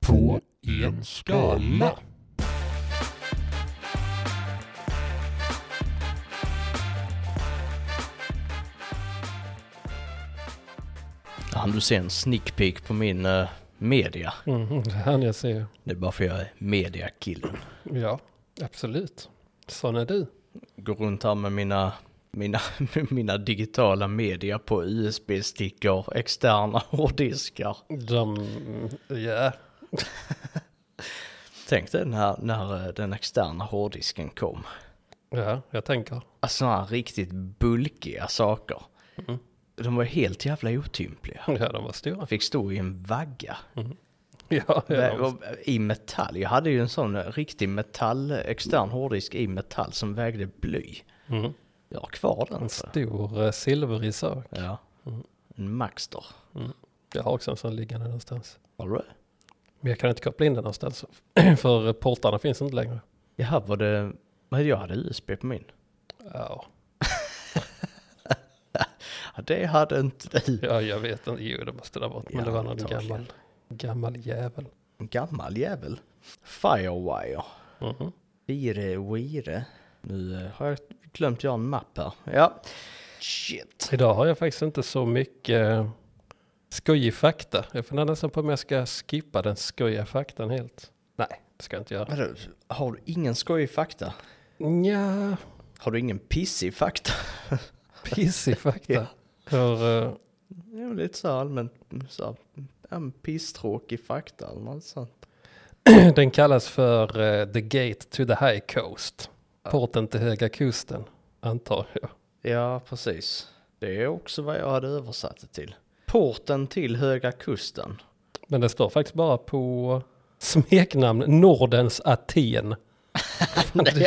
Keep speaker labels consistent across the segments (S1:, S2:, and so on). S1: på en skala.
S2: Han du ser en sneak peek på min eh, media.
S3: Mm, det här jag ser.
S2: Det är bara för jag är mediakillen.
S3: Ja, absolut. Sån är du.
S2: Går runt här med mina, mina, mina digitala media på USB-stickor, externa hårddiskar.
S3: De, ja.
S2: Tänk dig när, när eh, den externa hårddisken kom.
S3: Ja, jag tänker.
S2: Alltså sådana här riktigt bulkiga saker.
S3: Mm.
S2: De var helt jävla otympliga.
S3: Ja, de var stora.
S2: Jag fick stå i en vagga
S3: Ja, ja, de var-
S2: Vä- eh, i metall. Jag hade ju en sån eh, riktig metall, eh, extern hårddisk i metall som vägde bly.
S3: mm.
S2: Jag har kvar den.
S3: En
S2: så.
S3: stor eh, silvrig sak.
S2: Ja. En Maxter.
S3: Jag har också en sån liggande någonstans.
S2: Har du?
S3: Men jag kan inte koppla in den någonstans. För eh, portarna finns inte längre.
S2: Jaha, var det... Men jag hade USB på min.
S3: Ja,
S2: Ja, det hade inte du.
S3: ja jag vet inte. Jo, det måste det ha varit. Men det var någon
S2: Antagligen.
S3: gammal, gammal jävel.
S2: En gammal jävel. Firewire.
S3: Mhm.
S2: Vire Wire. Nu eh, har jag glömt göra en mapp här. Ja. Shit.
S3: Idag har jag faktiskt inte så mycket eh, skojig fakta. Jag funderar nästan på om jag ska skippa den skojiga faktan helt. Nej, det ska jag inte göra.
S2: Vadå, har du ingen skojig fakta?
S3: Nja,
S2: Har du ingen pissig fakta?
S3: pissig fakta.
S2: Ja.
S3: För, eh,
S2: Det är väl lite så här allmänt så här, en pisstråkig fakta eller något sånt.
S3: eh, den kallas för eh, The Gate to the High Coast. Porten till Höga Kusten, antar jag.
S2: Ja, precis. Det är också vad jag hade översatt det till. Porten till Höga Kusten.
S3: Men det står faktiskt bara på smeknamn Nordens Aten.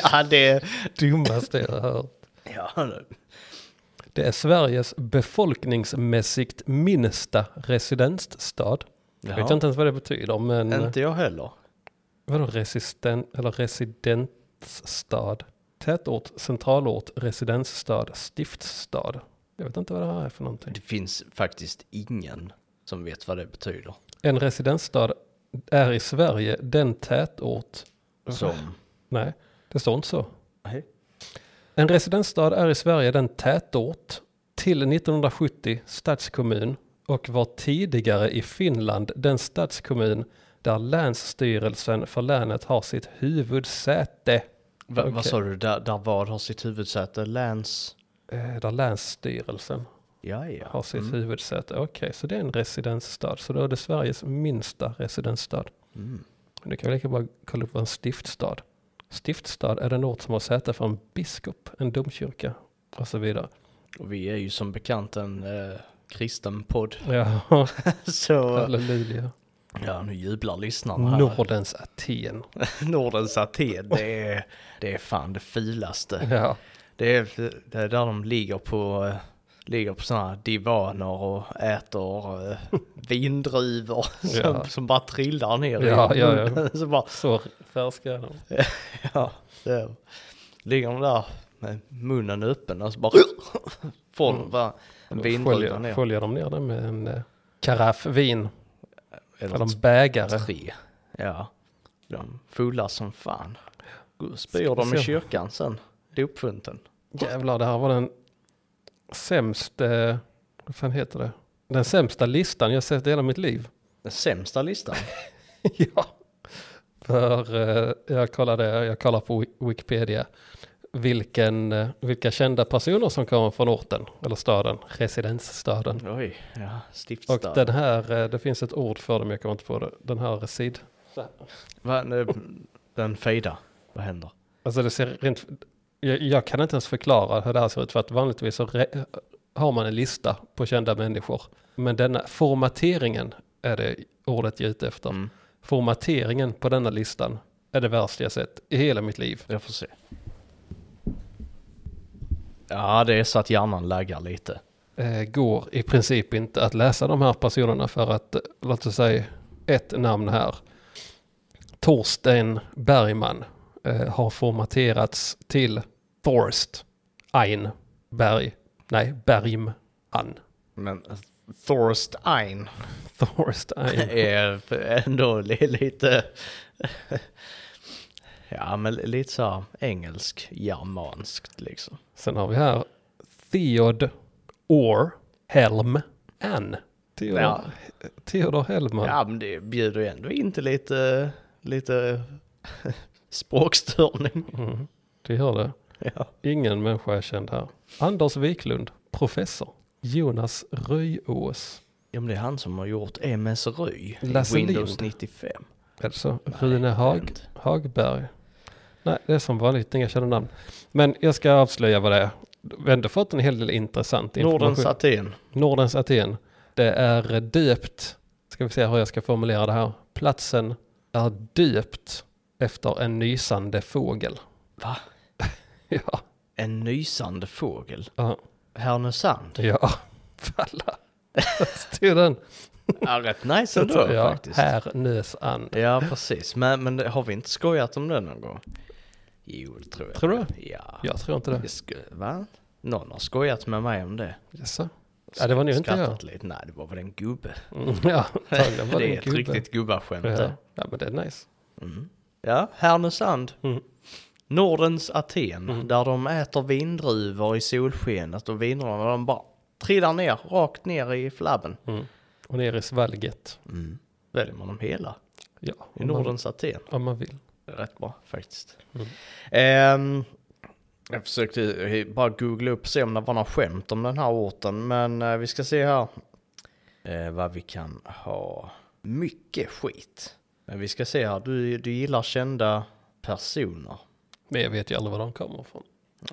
S2: ja, det...
S3: Dummaste jag har hört.
S2: Ja,
S3: Det är Sveriges befolkningsmässigt minsta residensstad. Jag vet inte ens vad det betyder, men
S2: inte jag heller.
S3: vadå resistent eller residensstad? Tätort, centralort, residensstad, stiftsstad. Jag vet inte vad det här är för någonting.
S2: Det finns faktiskt ingen som vet vad det betyder.
S3: En residensstad är i Sverige den tätort,
S2: Som...
S3: nej, det står inte så.
S2: Nej.
S3: En residensstad är i Sverige den tätort till 1970 stadskommun och var tidigare i Finland den stadskommun där länsstyrelsen för länet har sitt huvudsäte.
S2: Va,
S3: Okej.
S2: Vad sa du? Där, där vad har sitt huvudsäte? Läns...
S3: Eh, där länsstyrelsen
S2: Ja, Mm. ja.
S3: har sitt huvudsäte. Okej, så det är en residensstad. Så då är det Sveriges minsta residensstad.
S2: Mm.
S3: Men du kan väl lika bara kolla upp vad en stiftstad. Stiftstad är den ort som har säte för en biskop, en domkyrka och så vidare.
S2: Och vi är ju som bekant en eh, kristen podd.
S3: Ja,
S2: Så...
S3: halleluja.
S2: Ja, nu jublar lyssnarna här.
S3: Nordens Aten.
S2: Nordens Aten, det är, det är fan det filaste.
S3: Ja.
S2: Det är, det är där de ligger på, eh, ligger på sådana här divaner och äter eh, vindruvor som,
S3: Ja.
S2: som bara trillar ner
S3: Ja,
S2: i
S3: ja,
S2: munnen. Så bara,
S3: Så färska är de.
S2: ja, så ligger de där med munnen öppen och så bara får
S3: Mm.
S2: de bara en vindruva
S3: Sköljer,
S2: ner.
S3: sköljer de ner den med en eh, karaff vin. Eller
S2: Eller typ
S3: en bägare.
S2: tre. Ja, de fular som fan. Spyr de i
S3: se.
S2: kyrkan sen, dopfunten.
S3: Jävlar, det här var den sämsta, vad fan heter det? Den sämsta listan jag sett i hela mitt liv.
S2: Den sämsta listan.
S3: ja. För eh, jag kollade, jag kollade på Wi- Wikipedia vilken, eh, vilka kända personer som kommer från orten eller staden, residensstaden.
S2: Oj, ja,
S3: Och
S2: stiftstad.
S3: den här, eh, det finns ett ord för det men jag kommer inte på det. Den här sid.
S2: Va, nu, den fejda. Vad händer?
S3: Alltså det ser rent, jag, jag kan inte ens förklara hur det här ser ut för att vanligtvis så re, har man en lista på kända människor. Men denna formateringen är det ordet jag är ute efter.
S2: Mm.
S3: Formateringen på denna listan är det värsta jag sett i hela mitt liv.
S2: Jag får se. Ja, det är så att hjärnan laggar lite.
S3: Eh, går i princip inte att läsa de här personerna för att, eh, låt oss säga ett namn här. Torsten Bergman eh, har formaterats till Thorst Ein Berg. Nej, Bergman.
S2: Men eh, Thorstein
S3: Thorstein.
S2: är ändå li- lite... Ja, men lite så här engelsk-germanskt liksom.
S3: Sen har vi här Theod Or Helm Ann. Theodor,
S2: Ja.
S3: Theodor Hellman.
S2: Ja, men det bjuder ju ändå in till lite, lite språkstörning.
S3: Mm, det gör det.
S2: Ja.
S3: Ingen människa är känd här. Anders Wiklund, professor. Jonas Röjås.
S2: ja, men det är han som har gjort MS Ry,
S3: Lasse
S2: Windows
S3: Lind.
S2: 95.
S3: Alltså
S2: Nej,
S3: Rune Hag,
S2: skämt.
S3: Hagberg. Nej, det är som vanligt inga kända namn. Men jag ska avslöja vad det är. Vi har ändå fått en hel del intressant information.
S2: Nordens Aten.
S3: Nordens Aten. Det är döpt, ska vi se hur jag ska formulera det här. Platsen är döpt efter en nysande fågel.
S2: Va?
S3: Ja,
S2: En nysande fågel.
S3: ja,
S2: Härnösand.
S3: ja. falla. Där Stod den.
S2: Ja, rätt nice ändå
S3: ja,
S2: faktiskt.
S3: Här nös an.
S2: Ja, precis. Men, men det- har vi inte skojat om det någon gång? Jo, det tror jag.
S3: Tror du?
S2: Ja.
S3: Jag tror inte det.
S2: Det sk- Va? Någon har skojat med mig om det.
S3: Jaså? Ja, det var nog inte jag.
S2: Skrattat lite. Nej, det var väl en gubbe.
S3: Mm, Ja, antagligen
S2: Det,
S3: var det
S2: är
S3: en
S2: ett
S3: gubbe.
S2: riktigt gubbaskämt.
S3: Ja.
S2: det.
S3: ja, men det är nice.
S2: Mm. Ja, Härnösand.
S3: Mm.
S2: Nordens Aten,
S3: Mm.
S2: där de äter vindruvor i solskenet och vindruvorna de bara trillar ner, rakt ner i flabben.
S3: Mm. Och ner i svalget.
S2: Väljer man dem hela
S3: Ja,
S2: i
S3: Mm. om man,
S2: Nordens Aten.
S3: om man vill.
S2: Det är rätt bra faktiskt.
S3: Mm.
S2: Ehm, jag försökte eh, bara googla upp och se om det var några skämt om den här orten, men eh, vi ska se här eh, vad vi kan ha. Mycket skit. Men vi ska se här, du, du gillar kända personer.
S3: Men jag vet ju aldrig var de kommer ifrån.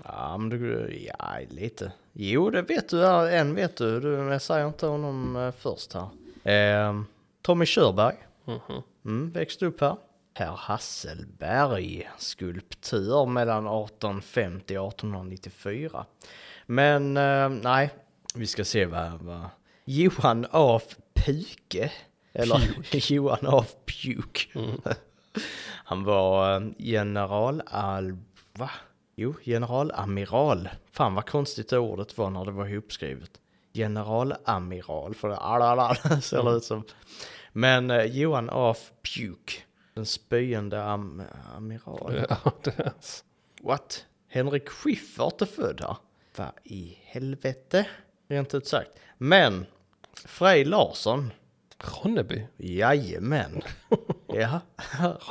S2: Ja, men du, ja, lite. Jo, det vet du, ja, en vet du, du men jag säger inte honom eh, först här. Ehm, Tommy Körberg.
S3: Mhm.
S2: Mm, växte upp här. Herr Hasselberg, skulptör mellan 1850 och 1894. Men eh, nej, vi ska se vad... vad. Johan af Puke, eller Johan af Puke. Han var eh, general... Al, va? Jo, generalamiral. Fan vad konstigt det ordet var när det var ihopskrivet. Generalamiral, för det all, all, all, ser det ut som. Men eh, Johan af Puke, den spöende am, amiral.
S3: Ja, det är s-
S2: What? Henrik Schyffert är född här. Vad i helvete? Rent ut sagt. Men Frej Larsson.
S3: Ronneby.
S2: Jajamän. Ja.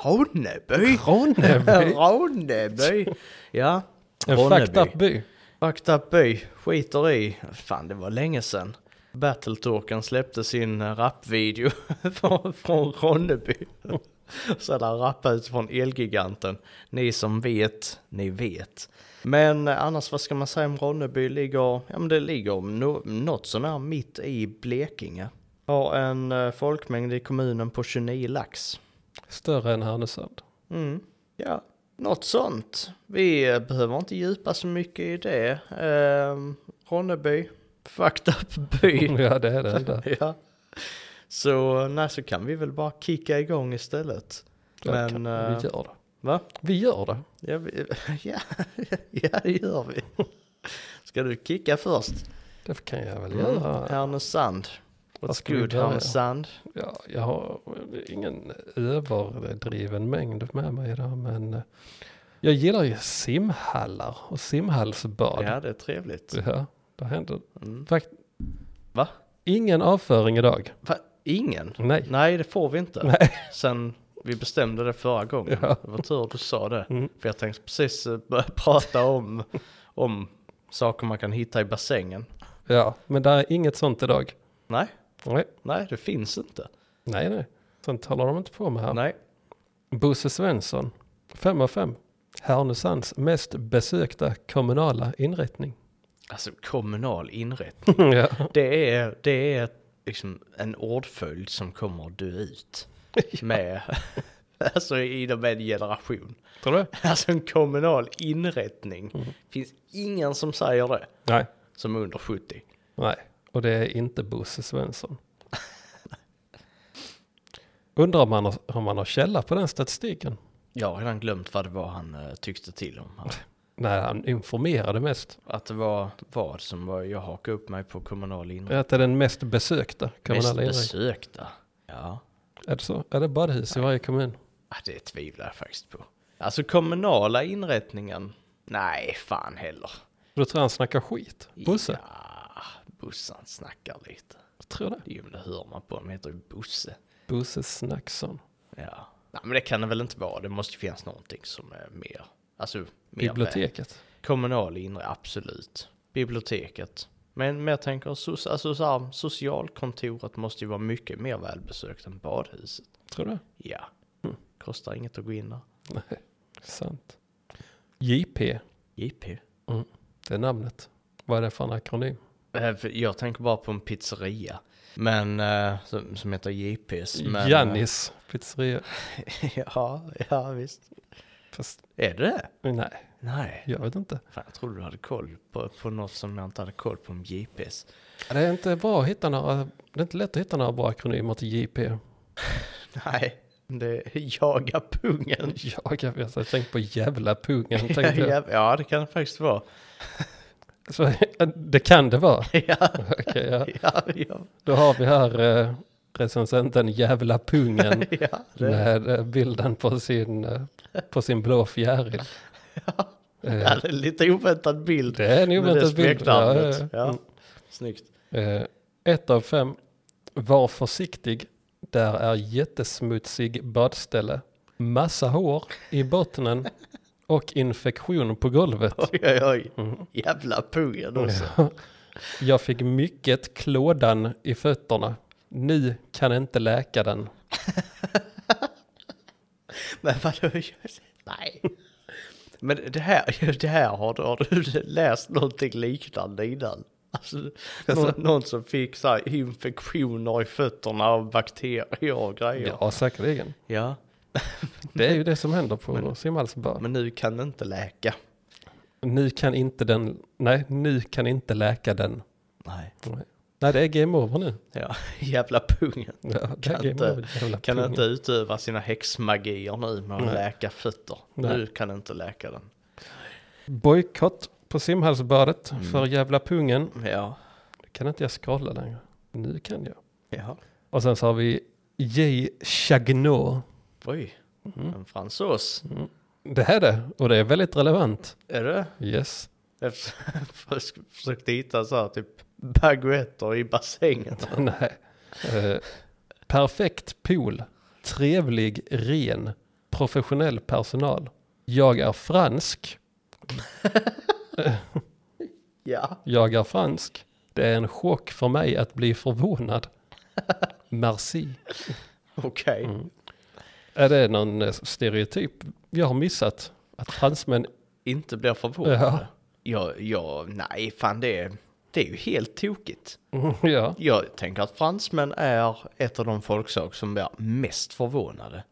S2: Ronneby.
S3: Ronneby?
S2: Ronneby. Ja.
S3: En fucked up by.
S2: Fucked up by. Skiter i. Fan, det var länge sedan. Battletalken släppte sin eh, rapvideo från- från Ronneby. Så där rappade ut från Elgiganten. Ni som vet, ni vet. Men eh, annars vad ska man säga om Ronneby ligger, ja men det ligger no, något sånär mitt i Blekinge. Har en eh, folkmängd i kommunen på 29 lax.
S3: Större än Härnösand.
S2: Mm. Ja, något sånt. Vi eh, behöver inte djupa så mycket i det. Ehm, Ronneby, fucked up by.
S3: Ja, det är det enda.
S2: ja. Så nej, så kan vi väl bara kicka igång istället.
S3: Ja,
S2: Men,
S3: kan-
S2: eh,
S3: Vi gör det.
S2: Va?
S3: Vi gör det.
S2: Ja, vi, ja, ja, det gör vi. Ska du kicka först?
S3: Det kan jag väl
S2: Mm.
S3: göra.
S2: Härnösand.
S3: Vad
S2: What's
S3: ska vi
S2: good,
S3: börja?
S2: Härnösand?
S3: Ja, jag har ingen överdriven mängd med mig idag, men eh, jag gillar ju simhallar och simhallsbad.
S2: Ja, det är trevligt.
S3: Ja, det händer.
S2: Mm.
S3: Fakt-
S2: Va?
S3: Ingen avföring idag.
S2: Va? Ingen?
S3: Nej.
S2: Nej, det får vi inte.
S3: Nej.
S2: Sen vi bestämde det förra gången.
S3: Ja.
S2: Det var tur du sa det.
S3: Mm.
S2: För jag tänkte precis eh, börja prata om, om saker man kan hitta i bassängen.
S3: Ja, men det är inget sånt idag.
S2: Nej,
S3: Nej,
S2: nej det finns inte.
S3: nej, nej. Sånt håller de inte på med här.
S2: Nej.
S3: Bosse Svensson, 5 av 5. Härnösands mest besökta kommunala inrättning.
S2: Alltså kommunal inrättning.
S3: ja.
S2: Det är, det är liksom en ordföljd som kommer att dö ut. Med, alltså inom en generation.
S3: Tror du?
S2: Alltså en kommunal inrättning.
S3: Mm.
S2: Finns ingen som säger det
S3: Nej.
S2: som är under 70.
S3: Nej, och det är inte Bosse Svensson. Undrar om man, har, om man har källa på den statistiken.
S2: Jag har redan glömt vad det var han eh, tyckte till om. här.
S3: Nej, han informerade mest.
S2: Att det var vad som var, jag hakade upp mig på kommunal inre.
S3: Att det är den mest besökta
S2: Mest
S3: kommunala inriktningen.
S2: besökta. Ja.
S3: Är det så? Är det badhus i varje kommun?
S2: Ah, Det tvivlar jag faktiskt på. Alltså kommunala inrättningen? Nej, fan heller.
S3: Då tror jag han snackar skit. Bosse?
S2: Ja, Bussan snackar lite.
S3: Jag tror det.
S2: Det, är ju, det hör man på honom, heter ju Bosse.
S3: Bosse Snackson.
S2: Ja. Nej, men det kan det väl inte vara. Det måste ju finnas någonting som är mer, alltså mer väl.
S3: Biblioteket.
S2: Kommunal inre, absolut. Biblioteket. Men, men jag tänker, so- alltså, så här, socialkontoret måste ju vara mycket mer välbesökt än badhuset.
S3: Tror du
S2: Ja.
S3: Mm.
S2: Kostar inget att gå in där.
S3: Nej, sant. JP,
S2: JP.
S3: det är namnet. Vad är det för en akronym?
S2: Eh, för Jag tänker bara på en pizzeria. Men, eh, som, som heter JP's. Men,
S3: Jannis pizzeria.
S2: ja, ja visst.
S3: Fast
S2: Är det det?
S3: nej,
S2: Nej.
S3: jag vet inte.
S2: Fan, jag trodde du hade koll på, på något som jag inte hade koll på om JP's.
S3: Det är inte bra att hitta några, det är inte lätt att hitta några bra akronymer till JP.
S2: Mm. Nej, det är jaga pungen.
S3: Jag, jag, vet, jag tänkte på jävla pungen. Tänkte jag.
S2: Ja, ja, det kan det faktiskt vara.
S3: Så, eh, det kan det vara.
S2: ja,
S3: Okej, ja.
S2: ja, ja,
S3: Då har vi här eh, recensenten jävla pungen
S2: ja, det,
S3: med eh, bilden på sin, eh, på sin blå fjäril. Eh,
S2: ja, det är lite oväntad bild.
S3: Det är en
S2: med det
S3: oväntad bild. Ja, ja,
S2: smeknamnet.
S3: ja. Mm.
S2: Ja, snyggt.
S3: Eh, ett av fem. Var försiktig. Där är jättesmutsig badställe. Massa hår i bottnen och infektion på golvet. Mm.
S2: Oj, oj, oj. Jävla pungen också.
S3: Jag fick mycket klådan i fötterna. Nu kan inte läka den.
S2: Men vadå? Nej. Men det här, det här har, du, har du läst någonting liknande innan? Alltså, någon, någon som fick så här, infektioner i fötterna av bakterier och grejer.
S3: Ja, säkerligen.
S2: Ja.
S3: Det är ju det som händer på simhallsbad.
S2: Men nu kan det inte läka.
S3: Nu kan inte den, nej, nu kan inte läka den.
S2: Nej.
S3: Nej, det är game over nu.
S2: Ja, jävla pungen.
S3: Ja, det
S2: Kan
S3: är game
S2: inte-
S3: over, jävla
S2: Kan
S3: pungen.
S2: inte utöva sina häxmagier nu med att
S3: Nej.
S2: läka fötter.
S3: Nej.
S2: Nu kan det inte läka den.
S3: Bojkott på simhallsbadet för jävla pungen.
S2: Ja.
S3: Kan inte jag scrolla längre? Nu kan jag.
S2: ja.
S3: Och sen så har vi J. Chagnot.
S2: Oj,
S3: Mm.
S2: en fransås.
S3: Det här är det, och det är väldigt relevant.
S2: Är det?
S3: Yes.
S2: Jag förs- försökte hitta så här typ baguetter i bassängen.
S3: Nej. Eh, perfekt pool. Trevlig, ren, professionell personal. Jag är fransk.
S2: Ja.
S3: Jag är fransk. Det är en chock för mig att bli förvånad. Merci.
S2: Okej.
S3: Är det någon eh, stereotyp jag har missat? Att fransmän,
S2: Inte blir förvånad.
S3: ja,
S2: Ja, ja, nej fan det är, det är ju helt tokigt.
S3: ja,
S2: Jag tänker att fransmän är ett av de folkslag som blir mest förvånade.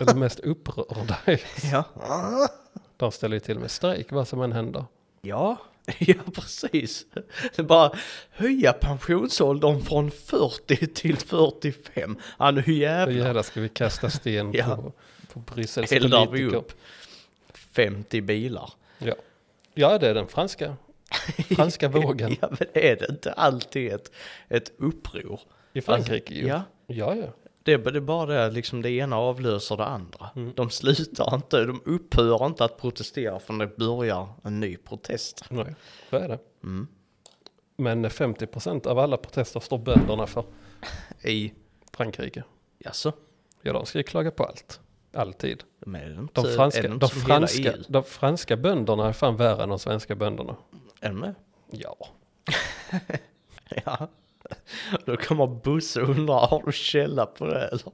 S3: eller mest upprörda.
S2: Ja. Ah.
S3: De ställer ju till med strejk vad som än händer.
S2: Ja. Ja, precis. Det är bara höja pensionsåldern från 40 till 45. Ja, nu
S3: Då
S2: jävlar
S3: jävlar ska vi kasta sten
S2: Ja.
S3: på, på Bryssels
S2: eldar vi
S3: politiker.
S2: upp 50 bilar.
S3: Ja. ja, det är den franska, franska vågen
S2: Ja, men är det inte alltid ett, ett uppror?
S3: i Frankrike. ju.
S2: ja.
S3: ja, ja.
S2: Det är, det är bara det, liksom det ena avlöser det andra.
S3: Mm.
S2: De slutar inte, de upphör inte att protestera förrän det börjar en ny protest.
S3: Nej, så är det.
S2: Mm.
S3: Men 50% av alla protester står bönderna för
S2: I,
S3: Frankrike.
S2: jaså?
S3: Ja, de ska ju klaga på allt. Alltid.
S2: De är det inte,
S3: De
S2: är
S3: franska,
S2: det inte
S3: de,
S2: som hela
S3: franska,
S2: EU?
S3: de franska bönderna är fan värre än de svenska bönderna.
S2: Är de det?
S3: Ja.
S2: Ja. Då kommer Bosse och undrar, har du källa på det eller?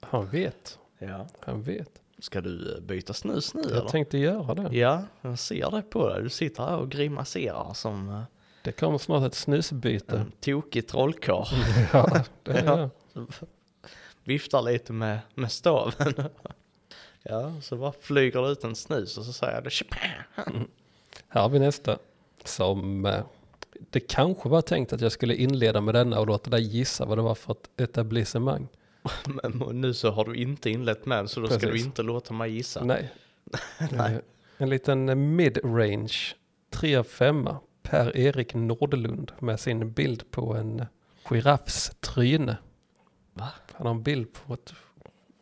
S3: Han vet.
S2: Ja.
S3: Han vet.
S2: Ska du eh, byta snus nu
S3: Jag
S2: eller?
S3: tänkte göra det.
S2: Ja, jag ser det på dig. Du sitter här och grimaserar som eh,
S3: Det kommer snart ett snusbyte.
S2: en tokig trollkarl.
S3: Ja, det är
S2: Mm. Ja.
S3: jag.
S2: viftar lite med, med staven. ja, så bara flyger det ut en snus och så säger det "Tjapa!"
S3: Här har vi nästa. Som eh, det kanske var tänkt att jag skulle inleda med denna och låta dig gissa vad det var för ett etablissemang.
S2: Men nu så har du inte inlett med den, så då ska du
S3: Precis.
S2: inte låta mig gissa.
S3: Nej.
S2: Nej.
S3: Eh, En liten mid-range 3 av 5 Per Erik Nordlund med sin bild på en giraffs tryne.
S2: Va?
S3: Han har en bild på, ett,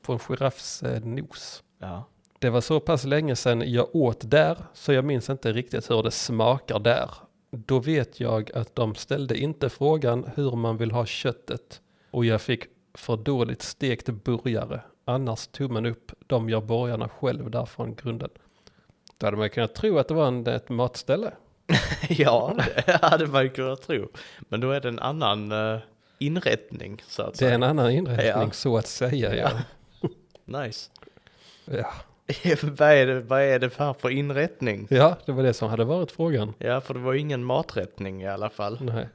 S3: på en giraffs eh, nos.
S2: Ja.
S3: Det var så pass länge sedan jag åt där så jag minns inte riktigt hur det smakar där. Då vet jag att de ställde inte frågan hur man vill ha köttet och jag fick för dåligt stekt burgare. Annars tummen upp, de gör borgarna själv där från grunden. Då hade man kunnat tro att det var en, ett matställe.
S2: ja, det hade man ju kunnat tro. Men då är det en annan eh, inrättning så att
S3: Det är
S2: säga.
S3: en annan inrättning
S2: Ja.
S3: så att säga. Ja.
S2: Nice.
S3: Ja.
S2: vad, är det, vad är det här för inrättning?
S3: ja, det var det som hade varit frågan.
S2: Ja, för det var ju ingen maträttning i alla fall.
S3: Nej,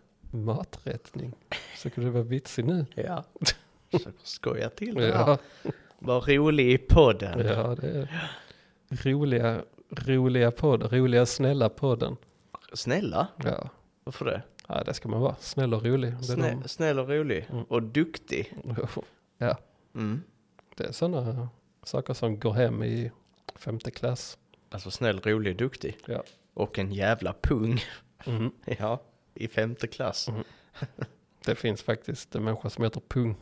S3: maträttning. Försöker du vara vitsig nu?
S2: Ja. Försöker skoja till det här.
S3: Ja,
S2: Var rolig i podden.
S3: ja det är roliga, roliga podden, roliga snälla podden.
S2: Snälla,
S3: Ja.
S2: varför det?
S3: ja, det ska man vara. Snäll och rolig. Det är
S2: Snä, snäll och rolig
S3: Mm.
S2: och duktig.
S3: de... Ja,
S2: Mm.
S3: det är sådana saker som går hem i femte klass.
S2: Alltså snäll, rolig och duktig.
S3: Ja.
S2: Och en jävla pung.
S3: Mm.
S2: Ja, i femte klass.
S3: Mm. Det finns faktiskt en människa som heter Pung.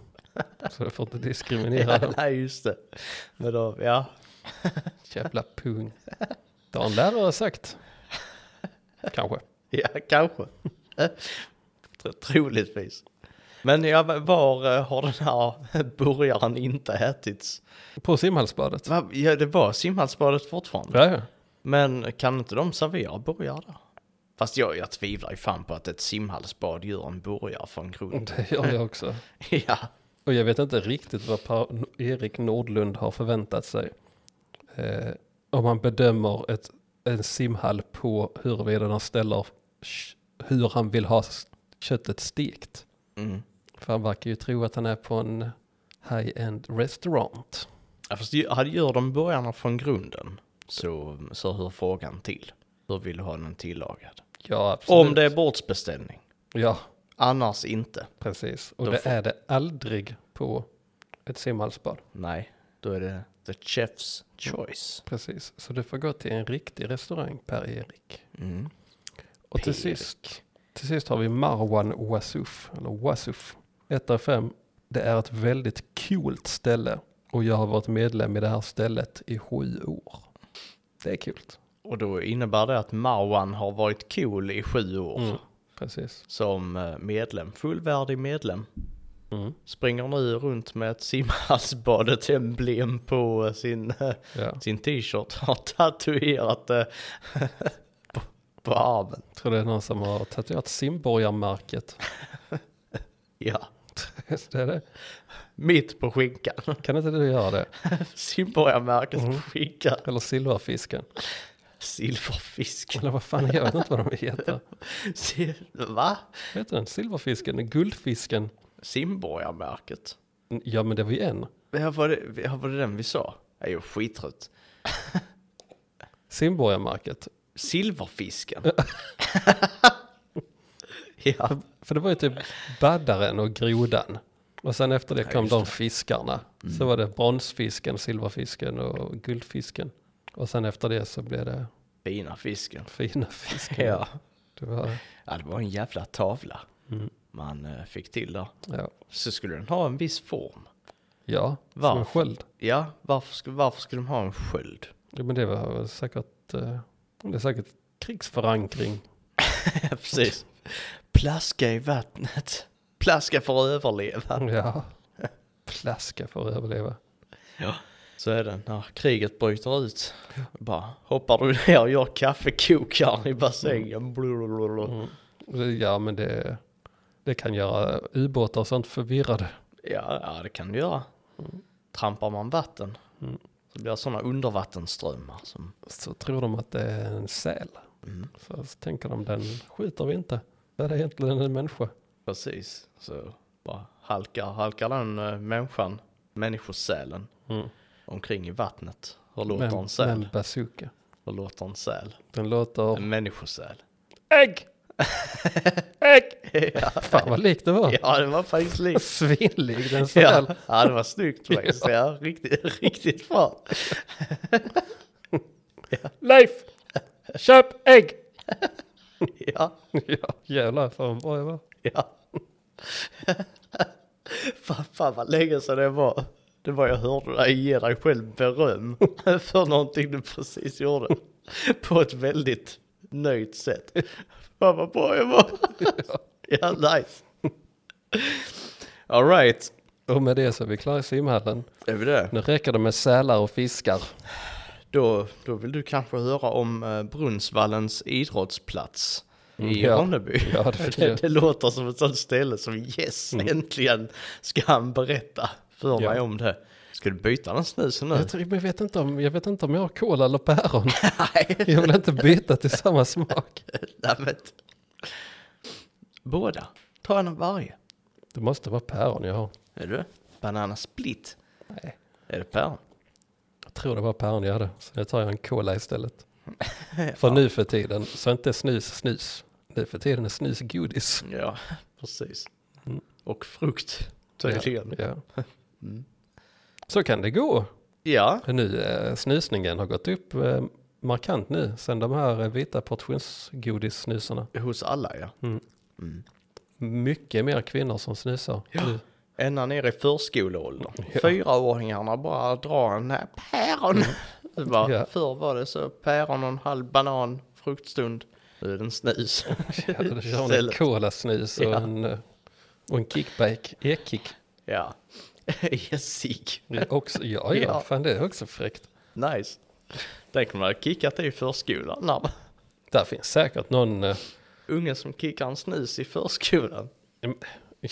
S3: Så jag får inte diskriminera
S2: Ja,
S3: dem.
S2: nej, just det. Men då, ja.
S3: Jävla Pung. Det har en lärare sagt. Kanske.
S2: Ja, kanske. Tro- Troligtvis. Men ja, var eh, har den här burgaren inte ätits?
S3: På simhallsbadet.
S2: Va? Ja, det var simhallsbadet fortfarande.
S3: Ja, ja.
S2: Men kan inte de servera burgare där? Fast jag, jag tvivlar ju fan på att ett simhallsbad gör en burgare från grund.
S3: det gör jag också.
S2: ja,
S3: Och jag vet inte riktigt vad per Erik Nordlund har förväntat sig. Eh, om man bedömer ett, en simhall på huruvida han ställer sh- hur han vill ha s- köttet stekt.
S2: mm.
S3: För han verkar ju tro att han är på en high-end restaurant.
S2: Ja, Fast ju- hade- gör de burgarna från grunden så, så hör frågan till. Hur vill du ha den tillagad?
S3: Ja, absolut.
S2: Om det är bordsbeställning.
S3: Ja,
S2: Annars inte.
S3: precis. Och
S2: Då
S3: det
S2: får-
S3: är det aldrig på ett simhallsbad.
S2: Nej, då är det the chef's choice.
S3: Precis. Så du får gå till en riktig restaurang, Per-Erik.
S2: Mm.
S3: Och till
S2: Perik.
S3: sist, till sist har vi Marwan Wasuf, eller Wasuf. 1 av 5. Det är ett väldigt coolt ställe och jag har varit medlem i det här stället i sju år. Det är kul.
S2: Och då innebär det att Marwan har varit cool i sju år.
S3: Mm. Precis.
S2: Som eh, medlem, fullvärdig medlem. Springer nu runt med ett simhalsbadet-emblem på eh, sin, eh,
S3: Ja.
S2: sin t-shirt. Har tatuerat det på, på armen.
S3: Jag tror det är någon som har tatuerat simborgarmärket.
S2: Ja,
S3: det är det.
S2: mitt på skinkan.
S3: Kan inte du göra det?
S2: Simborgarmärket på skinkan.
S3: Eller silverfisken.
S2: Silverfisk.
S3: Eller vad fan, jag vet inte vad de heter.
S2: Sil- Va?
S3: Heter den silverfisken? Guldfisken?
S2: Simborgarmärket?
S3: Ja, men det var ju en.
S2: Ja, var det, ja, var det den vi sa? Jag är skittrött.
S3: Simborgarmärket.
S2: Silverfisken. ja,
S3: För det var ju typ baddaren och grodan. Och sen efter det kom de fiskarna. Så var det bronsfisken, silverfisken och guldfisken. Och sen efter det så blev det
S2: fina fisken.
S3: fina fisken.
S2: Ja.
S3: Det var,
S2: ja, det var en jävla tavla man eh, fick till där.
S3: ja.
S2: Så skulle den ha en viss form.
S3: ja som
S2: Varför?
S3: en sköld.
S2: Ja, varför, sk- varför skulle de ha en sköld?
S3: Ja, men det var väl säkert, eh, det är säkert krigsförankring.
S2: Ja, Precis. Plaska i vattnet. Plaska för att överleva.
S3: Ja. Plaska för att överleva.
S2: Så är det när kriget bryter ut. Bara hoppar du ner och gör kaffekokaren i bassängen. Blablabla.
S3: Ja, men det, det kan göra ubåtar och sånt förvirrade.
S2: Ja, ja, det kan du göra. Trampar man vatten. Det blir sådana undervattensströmmar som...
S3: så tror de att det är en säl.
S2: Mm.
S3: Så tänker de den skjuter vi inte. Det är egentligen en människa.
S2: Precis. Så bara halkar, halkar den eh, människan, människosälen,
S3: Mm.
S2: omkring i vattnet. Hur låter
S3: Men,
S2: en säl?
S3: men bazooka.
S2: Hur låter en säl?
S3: Den låter...
S2: En människosäl.
S3: Ägg! Ägg!
S2: ja,
S3: Fan vad lik det var.
S2: ja, det var faktiskt likt.
S3: Svinlik den säl.
S2: Ja, ja, det var snyggt faktiskt. Ja, riktigt, riktigt bra.
S3: Leif! Köp ägg!
S2: Ja,
S3: ja, jävlar. Fan, vad jag var.
S2: ja. fan, fan vad länge sedan det var. Det var jag hörde dig ge dig själv beröm för någonting du precis gjorde. På ett väldigt nöjt sätt. Fan vad bra jag var. ja, nice. All right.
S3: Och med det så är vi klara i simhallen.
S2: Är vi det?
S3: Nu räcker det med sälar och fiskar.
S2: Då, då vill du kanske höra om eh, Brunnsvallens idrottsplats i
S3: Mm, ja.
S2: Ronneby.
S3: Ja, det fick jag. Mm.
S2: det, det låter som ett sånt ställe som yes, äntligen ska han berätta för
S3: Ja.
S2: mig om det. Ska du byta den snusen nu?
S3: Jag, tror- men jag, vet inte om, jag vet inte om jag har kola eller päron.
S2: Nej,
S3: Jag vill inte byta till samma smak.
S2: nej men. Båda. Ta en av varje.
S3: Det måste vara päron jag har.
S2: Är du? Banana split.
S3: Nej.
S2: Är det päron?
S3: Jag tror det var päron jag hade. Så nu tar jag en cola istället. För nu för tiden så är inte snus snus. Nu för tiden är snus godis.
S2: Ja, precis.
S3: Mm.
S2: Och frukt tydligen.
S3: Ja.
S2: Mm.
S3: Så kan det gå.
S2: Ja,
S3: Nu, eh, snusningen har gått upp eh, markant nu sen de här eh, vita portionsgodissnusarna.
S2: hos alla ja.
S3: Mycket mer kvinnor som snusar. nu.
S2: Ända ner i förskoleåldern. Fyraåringarna bara drar en här päron. Det Bara,
S3: Mm. Ja.
S2: Förr var det så päron och en halv banan, fruktstund. Nu är det en snus.
S3: Ja, då kör hon en
S2: Istället.
S3: colasnus och,
S2: Ja.
S3: en, eh, och en kickbike, e-kick.
S2: ja. Esig.
S3: Det är Också, ja, ja,
S2: Ja.
S3: fan det är också fräckt.
S2: Nice. Tänk om man hade kickat det i förskolan. Nej.
S3: Där finns säkert någon... eh,
S2: Ungen som kickar en snus i förskolan.
S3: em, ja.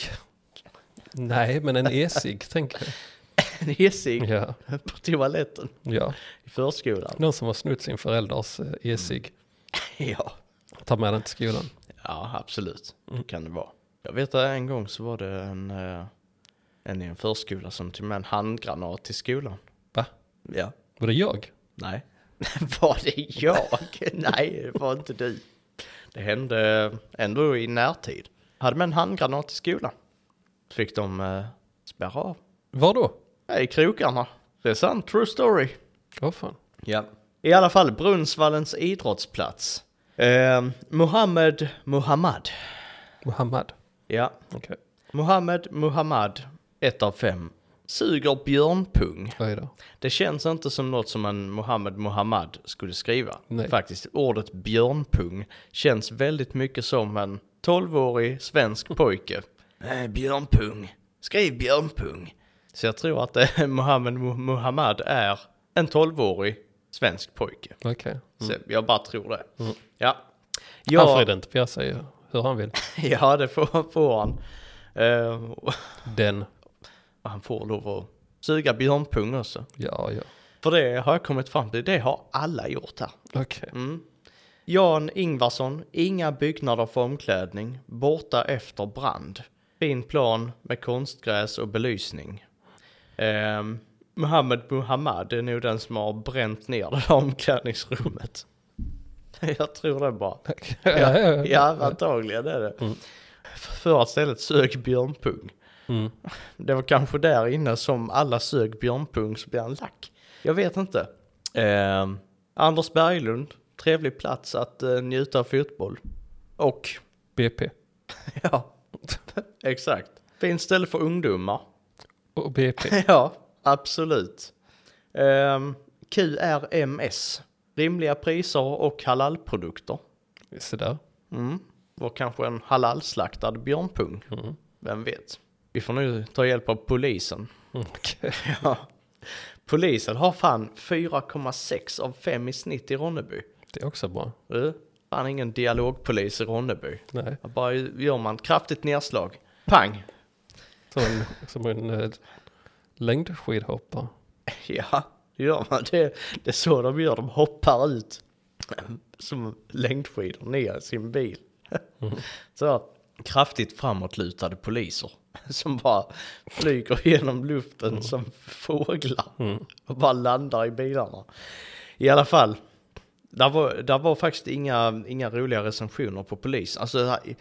S3: Mm. Nej, men en e-cigg tänker jag.
S2: En esig
S3: Ja,
S2: på toaletten
S3: ja.
S2: i förskolan.
S3: Någon som har snott sin förälders eh, e-cigg.
S2: Ja.
S3: Tar med den till skolan.
S2: Ja, absolut. Det kan det vara. Jag vet att en gång så var det en, eh, en i en förskola som tog med en handgranat till skolan.
S3: Va?
S2: Ja.
S3: Var det jag?
S2: Nej. var det jag? Nej, det var inte du. Det hände ändå i närtid. Hade med en handgranat till skolan. Fick de eh, spärra av.
S3: Var då?
S2: Ja, I krokarna. Det är sant, true story.
S3: Åh fan.
S2: Ja. I alla fall, Brunnsvallens idrottsplats. Eh, Mohammed Mohammad.
S3: Mohammad.
S2: Ja,
S3: Okej.
S2: Mohammed Mohammad, ett av fem, suger björnpung.
S3: Oj då.
S2: Det känns inte som något som en Mohammed Mohammad skulle skriva.
S3: Nej.
S2: Faktiskt, ordet björnpung känns väldigt mycket som en 12-årig svensk pojke. Eh, björnpung, skriv björnpung. Så jag tror att eh, Mohammed Mo- Mohammad är en 12-årig svensk pojke.
S3: Okej.
S2: Så jag bara tror det. Ja.
S3: Han
S2: Jag,
S3: får identifiera sig hur han vill.
S2: ja, det får, får han. Eh,
S3: Den.
S2: Och han får lov att suga björnpung också.
S3: Ja, ja.
S2: För det har jag kommit fram till, det har alla gjort här.
S3: Okej.
S2: Jan Ingvarsson, inga byggnader för omklädning, borta efter brand. Fin plan med konstgräs och belysning. Ehm, Mohammed Mohammad är nog den som har bränt ner det här omklädningsrummet. Jag tror det bara.
S3: Ja, ja, ja.
S2: Ja, antagligen är det. Förra stället sög björnpung. Det var kanske där inne som alla sög björnpung så blev han lack. Jag vet inte. Eh, Anders Berglund, trevlig plats att eh, njuta av fotboll. Och,
S3: BP.
S2: ja, exakt. Fint ställe för ungdomar.
S3: Och BP.
S2: ja, absolut. Ehm, QRMS, rimliga priser och halalprodukter.
S3: Så där.
S2: Mm. Var kanske en halalslaktad björnpung. Vem vet? Vi får nu ta hjälp av polisen.
S3: Mm, okej.
S2: Ja. Polisen har fan 4,6 av 5 i snitt i Ronneby.
S3: Det är också bra.
S2: Du, Fan ingen dialogpolis i Ronneby.
S3: Nej.
S2: Bara gör man ett kraftigt nedslag. Pang!
S3: Som en, som en eh, längdskidhoppare.
S2: Ja, det gör man. Det, det är så de gör. De hoppar ut som längdskidor ner i sin bil. Så kraftigt framåtlutade poliser som bara flyger genom luften som fåglar och bara landar i bilarna. I alla fall, där var, där var faktiskt inga, inga roliga recensioner på polis. Alltså i,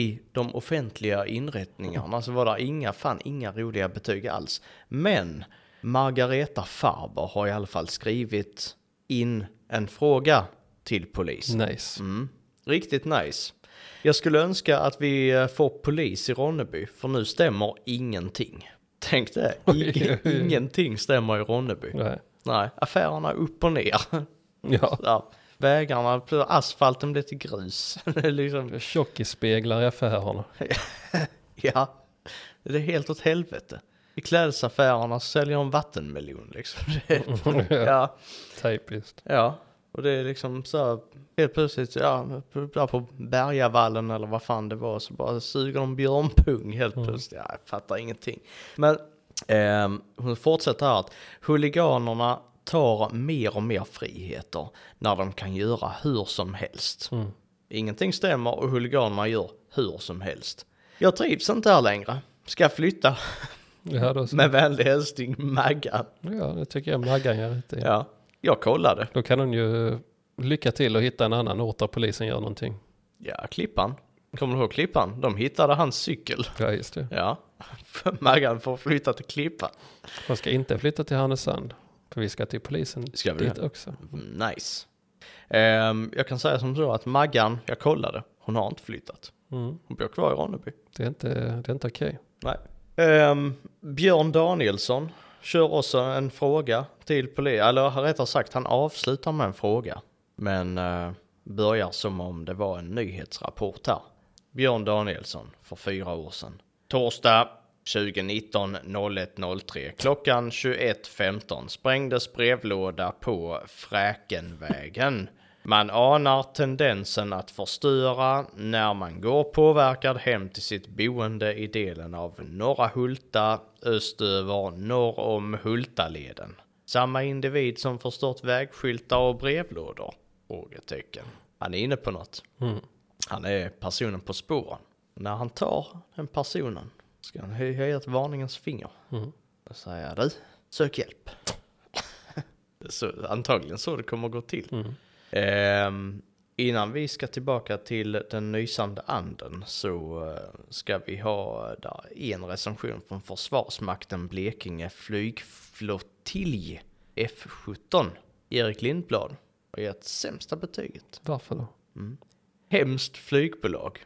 S2: i de offentliga inrättningarna så var det inga, fan inga roliga betyg alls. Men Margareta Farber har i alla fall skrivit in en fråga till polisen.
S3: Nice.
S2: Mm. Riktigt nice. Jag skulle önska att vi eh, får polis i Ronneby, för nu stämmer ingenting. Tänk det, ing-
S3: Oj, oj, oj.
S2: ingenting stämmer i Ronneby.
S3: Nej.
S2: Nej, affärerna är upp och ner.
S3: Ja.
S2: Ja, vägarna, asfalten blir till grus. Det är liksom,
S3: Tjockisspeglar i affärerna.
S2: ja, det är helt åt helvete. I klädesaffärerna säljer de vattenmelon liksom. Det
S3: Mm.
S2: är- ja,
S3: Typiskt.
S2: ja, och det är liksom så här, helt plötsligt, ja, på- där på Bergavallen eller vad fan det var, så bara suger de björnpung helt
S3: Mm.
S2: plötsligt. Ja, jag fattar ingenting. Men ehm, hon fortsätter här att huliganerna tar mer och mer friheter när de kan göra hur som helst.
S3: Mm.
S2: Ingenting stämmer och huliganerna gör hur som helst. Jag trivs inte här längre. Ska flytta.
S3: Ja, då, så.
S2: Med vänlig hälsning Maggan.
S3: ja, det tycker jag Maggan gör rätt i.
S2: Ja, jag kollade.
S3: Då kan hon ju lycka till och hitta en annan ort där polisen gör någonting.
S2: Ja, Klippan. Kommer du ihåg Klippan? De hittade hans cykel.
S3: Ja, just det.
S2: Ja, Maggan får flytta till Klippan.
S3: Man ska inte flytta till Härnösand. För vi ska till polisen
S2: Ska vi
S3: dit
S2: det?
S3: också.
S2: Nice. Ehm, jag kan säga som så att Maggan, jag kollade, hon har inte flyttat.
S3: Mm.
S2: Hon bor kvar i Ronneby.
S3: Det är inte, det är inte okej.
S2: Nej. Ehm, Björn Danielsson kör också en fråga till polisen, eller rättare sagt han avslutar med en fråga. Men eh, börjar som om det var en nyhetsrapport här. Björn Danielsson för fyra år sedan. Torsdag 2019 01.03 klockan 21.15 sprängdes brevlåda på Fräkenvägen. Man anar tendensen att förstöra när man går påverkad hem till sitt boende i delen av Norra Hulta östöver norr om Hultaleden. Samma individ som förstört vägskyltar och brevlådor? Frågetecken. Han är inne på något.
S3: Mm.
S2: Han är personen på spåren. När han tar den personen ska han hö- höja ett varningens finger. Och säga du, sök hjälp. Det är så, antagligen så det kommer att gå till. Ehm, innan vi ska tillbaka till den nysande anden så eh, ska vi ha där en recension från Försvarsmakten Blekinge flygflottilj F17. Erik Lindblad har gett sämsta betyget.
S3: Varför då?
S2: Hemskt flygbolag.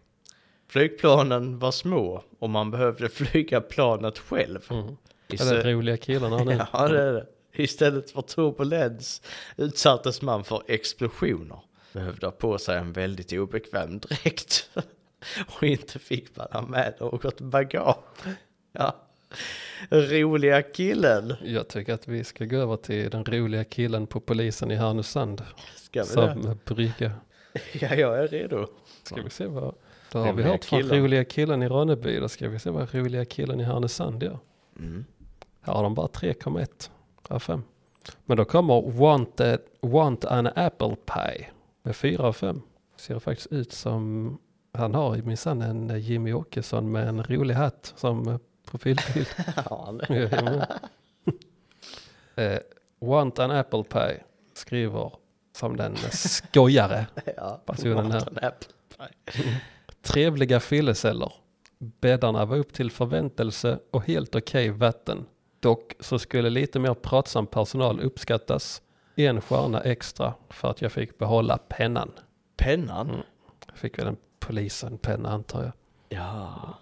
S2: Flygplanen var små och man behövde flyga planet själv.
S3: Mm. Ja, det är
S2: Istä-
S3: roliga killarna nu.
S2: ja, det är det. Istället för turbulens utsattes man för explosioner. Behövde ha på sig en väldigt obekväm dräkt. och inte fick man ha med något bagage. Ja. Roliga killen.
S3: Jag tycker att vi ska gå över till den roliga killen på polisen i Härnösand.
S2: Ska vi det?
S3: Som brygga.
S2: Ja, jag är redo.
S3: Ska vi se vad... Då har vi
S2: Roliga
S3: hört från
S2: killen.
S3: roliga killen i Ronneby. Då ska vi se vad roliga killen i Härnösand gör. Här har de bara 3,1 av 5. Men då kommer want, a, want an apple pie med 4 av 5. Ser faktiskt ut som... Han har minsann en eh, Jimmy Åkesson med en rolig hatt som eh, profilbild.
S2: Ja, det-
S3: Jajamän. eh, want an apple pie skriver som den eh, skojare.
S2: ja.
S3: Personen här.
S2: Martin Apple.
S3: Trevliga fylleceller. Bäddarna var upp till förväntelse och helt okej vatten. Dock så skulle lite mer pratsam personal uppskattas. En stjärna extra för att jag fick behålla pennan.
S2: Pennan?
S3: Jag fick väl en polisen penna antar jag.
S2: Ja.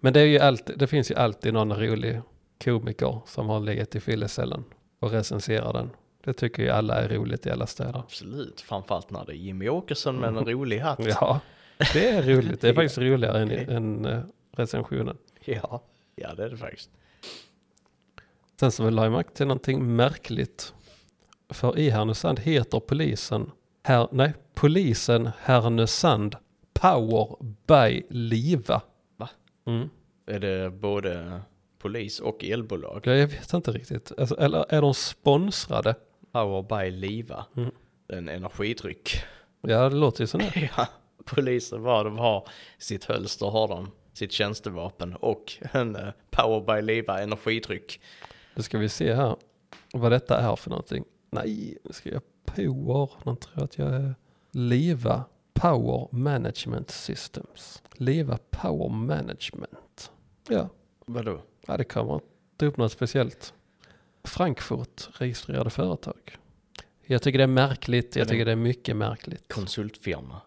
S3: Men det, är ju alltid, det finns ju alltid någon rolig komiker som har legat i fyllecellen och recenserar den. Det tycker ju alla är roligt i alla städer.
S2: Absolut, framförallt när det är Jimmy Åkesson med en rolig hatt.
S3: Mm. Ja, det är roligt. Det är faktiskt roligare än, än eh, recensionen.
S2: Ja, ja det är det faktiskt.
S3: Sen så vill jag märke till någonting märkligt. För i Härnösand heter polisen, här, nej, polisen Härnösand Power by Liva.
S2: Va?
S3: Mm.
S2: Är det både polis och elbolag?
S3: Ja, Jag vet inte riktigt. Alltså, eller är de sponsrade?
S2: Power by Liva.
S3: Mm.
S2: En energidryck.
S3: Ja, det låter ju sådär.
S2: Ja, polisen vad de har sitt hölster har de. Sitt tjänstevapen och en eh, Power by Liva energidryck.
S3: Då ska vi se här vad detta är för någonting. Nej, nu ska jag Power. De tror att jag är Liva Power Management Systems. Liva Power Management. Ja,
S2: Vadå?
S3: Ja, det kommer inte upp något speciellt. Frankfurt registrerade företag. Jag tycker det är märkligt. Jag tycker det är mycket märkligt.
S2: Konsultfirma.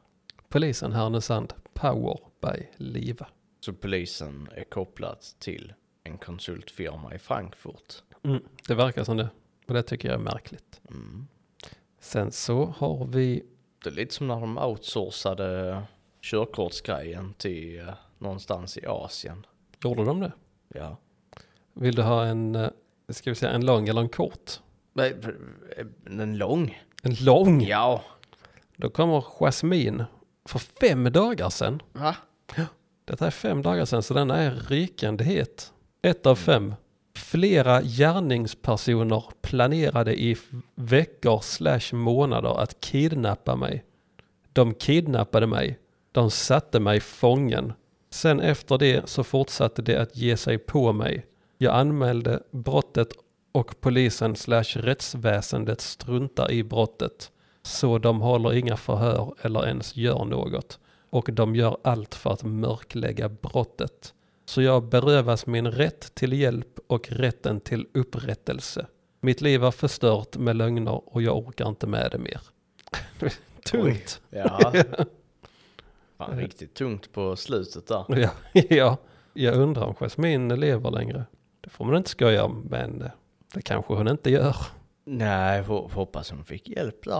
S3: Polisen Härnösand, Power by Liva.
S2: Så polisen är kopplad till en konsultfirma i Frankfurt.
S3: Det verkar som det. Och det tycker jag är märkligt.
S2: Mm.
S3: Sen så har vi,
S2: Det är lite som när de outsourcade körkortsgrejen till eh, någonstans i Asien.
S3: gjorde de det?
S2: Ja.
S3: Vill du ha en, eh, ska vi säga en lång eller en kort?
S2: Men, eh, Den lång?
S3: En lång!
S2: Ja.
S3: Då kommer Jasmine för fem dagar sedan.
S2: Va?
S3: Detta är fem dagar sedan, så denna är rykande het. Ett av fem. Flera gärningspersoner planerade i f- veckor slash månader att kidnappa mig. De kidnappade mig. De satte mig fången. Sen efter det så fortsatte det att ge sig på mig. Jag anmälde brottet och polisen slash rättsväsendet struntar i brottet. Så de håller inga förhör eller ens gör något och de gör allt för att mörklägga brottet. Så jag berövas min rätt till hjälp och rätten till upprättelse. Mitt liv är förstört med lögner och jag orkar inte med det mer. Tungt.
S2: Ja. Fan, riktigt tungt på slutet där.
S3: Ja, ja, jag undrar om Jasmine lever längre. Det får man inte skoja om, men eh, det kanske hon inte gör.
S2: Nej, ho- hoppas hon fick hjälp där.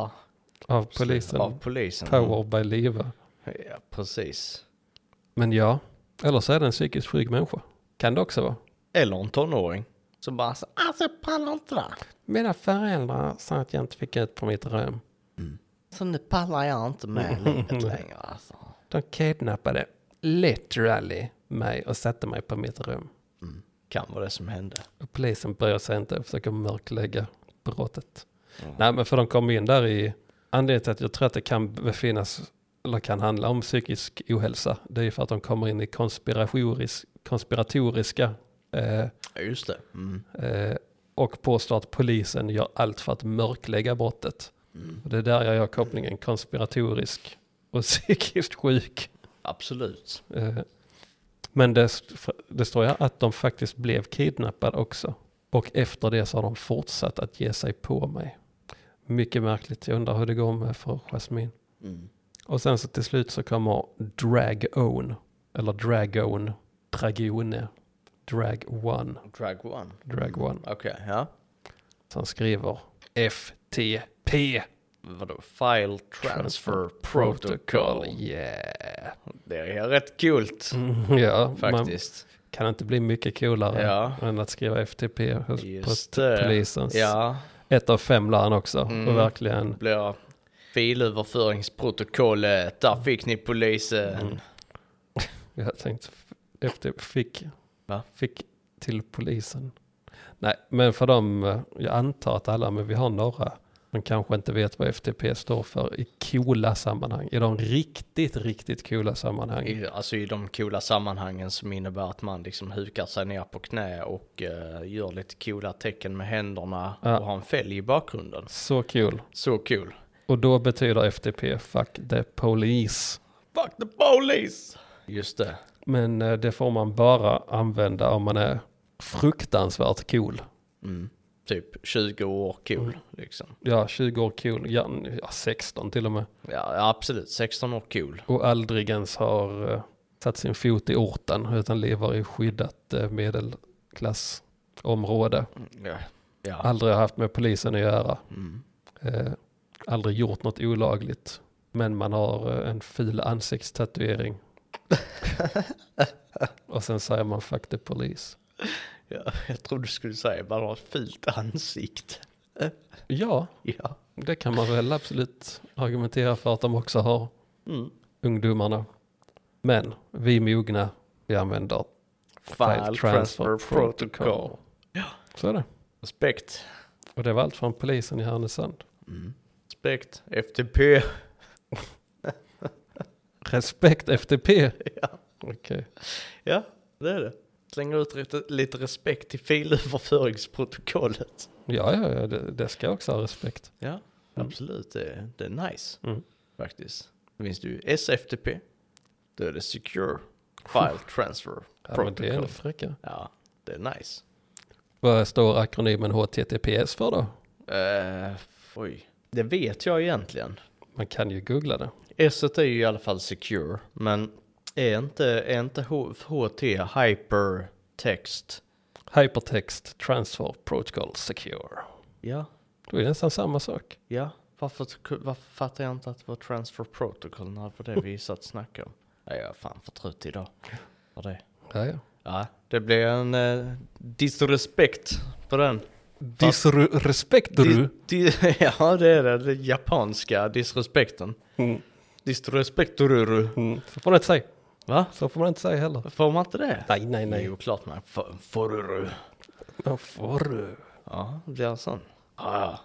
S3: Av Mm. polisen.
S2: Av polisen.
S3: Power by Liva.
S2: Ja, precis.
S3: Men ja, eller så är det en psykiskt sjuk människa. Kan det också vara.
S2: Eller en tonåring. Som bara så, alltså jag pallar inte det.
S3: Mina föräldrar sa att jag inte fick ut på mitt rum.
S2: Så nu pallar jag inte med livet längre alltså.
S3: De kidnappade literally mig och satte mig på mitt rum.
S2: Kan vara det som hände.
S3: Och polisen bryr sig inte och försöker mörklägga brottet. Nej, men för de kom in där i... Anledningen till att jag tror att det kan befinnas eller kan handla om psykisk ohälsa, det är ju för att de kommer in i konspiratorisk, konspiratoriska eh,
S2: Ja, just det. Mm.
S3: eh, och påstår att polisen gör allt för att mörklägga brottet.
S2: Mm.
S3: Och det är där jag gör kopplingen konspiratorisk och psykiskt sjuk.
S2: Absolut.
S3: Eh, Men det, st- det står ju här att de faktiskt blev kidnappade också. Och efter det så har de fortsatt att ge sig på mig. Mycket märkligt, jag undrar hur det går med för Jasmine.
S2: Mm.
S3: Och sen så till slut så kommer Dragon, eller Dragon, Dragone, Drag One,
S2: Drag one.
S3: Drag One.
S2: Okej, ja.
S3: Som skriver FTP.
S2: Vadå? File transfer protocol. Mm.
S3: Yeah.
S2: Det är rätt kul
S3: Mm, ja, man
S2: faktiskt.
S3: kan inte bli mycket coolare
S2: Ja.
S3: än att skriva FTP hos
S2: Just
S3: på
S2: det.
S3: polisens.
S2: Ja, Mm.
S3: Ett av fem lär han också. Och verkligen,
S2: blir filöverföringsprotokollet. Där fick ni polisen.
S3: jag tänkte, FTP fick,
S2: Va?
S3: fick till polisen. Nej, men för dem, eh, jag antar att alla, men vi har några, som kanske inte vet vad FTP står för i coola sammanhang. I de riktigt, riktigt coola sammanhang.
S2: I, alltså i de coola sammanhangen som innebär att man liksom hukar sig ner på knä och eh, gör lite coola tecken med händerna
S3: Ja.
S2: och har en fälg i bakgrunden.
S3: Så kul.
S2: Så kul.
S3: Och då betyder FTP fuck the police.
S2: Fuck the police! Just det.
S3: Men eh, det får man bara använda om man är fruktansvärt cool.
S2: Mm. Typ 20 år cool liksom.
S3: Ja, 20 år cool, ja, n- ja 16 till och med.
S2: Ja, ja, absolut. 16 år cool.
S3: Och aldrig ens har eh, satt sin fot i orten utan lever i skyddat eh, medelklassområde.
S2: Mm, Ja. ja.
S3: Aldrig har haft med polisen att göra.
S2: Mm.
S3: Eh, aldrig gjort något olagligt. Men man har eh, en ful ansiktstatuering. och sen säger man fuck the police.
S2: Ja, jag trodde du skulle säga bara ha ett fult ansikte.
S3: Ja,
S2: Ja.
S3: det kan man väl absolut argumentera för att de också har,
S2: Mm.
S3: ungdomarna. Men vi mogna, vi använder
S2: File transfer protocol.
S3: Så är det.
S2: Respekt.
S3: Och det var allt från polisen i Härnösand.
S2: Mm. Respekt. FTP.
S3: Respekt FTP.
S2: Ja.
S3: Okej.
S2: Ja, det är det. Slänger ut lite- lite respekt till filöverföringsprotokollet.
S3: Ja, ja, ja det, det ska jag också ha respekt.
S2: Ja, absolut. Det, det är nice
S3: Mm.
S2: faktiskt. Då finns det ju SFTP. Då är det Secure File Transfer
S3: Ja, men det är ändå
S2: Protocol.
S3: fräcka.
S2: Ja, det är nice.
S3: Vad står akronymen HTTPS för då?
S2: Eh, oj. Det vet jag egentligen.
S3: Man kan ju googla det.
S2: S är ju i alla fall secure, men är inte, är inte H- HT hypertext?
S3: Hypertext Transfer Protocol Secure.
S2: Ja,
S3: Då är det nästan samma sak.
S2: ja. Varför, varför fattar jag inte att det var transfer protocol när det var det vi satt och snackade om? Nej, jag är fan för trött idag. För det.
S3: Ja, ja.
S2: Ja, det blir en eh, disrespekt på den.
S3: Disrespect du.
S2: Di, di, ja, det är det. det japanska disrespekten.
S3: Mm.
S2: Disrespektoruru.
S3: Mm. Så får man inte säga.
S2: Va?
S3: Så får man inte säga heller.
S2: Får man inte det?
S3: Nej, nej, nej.
S2: Jo, klart man får- foruru.
S3: Men får du?
S2: Ja, det blir en sån. Ja.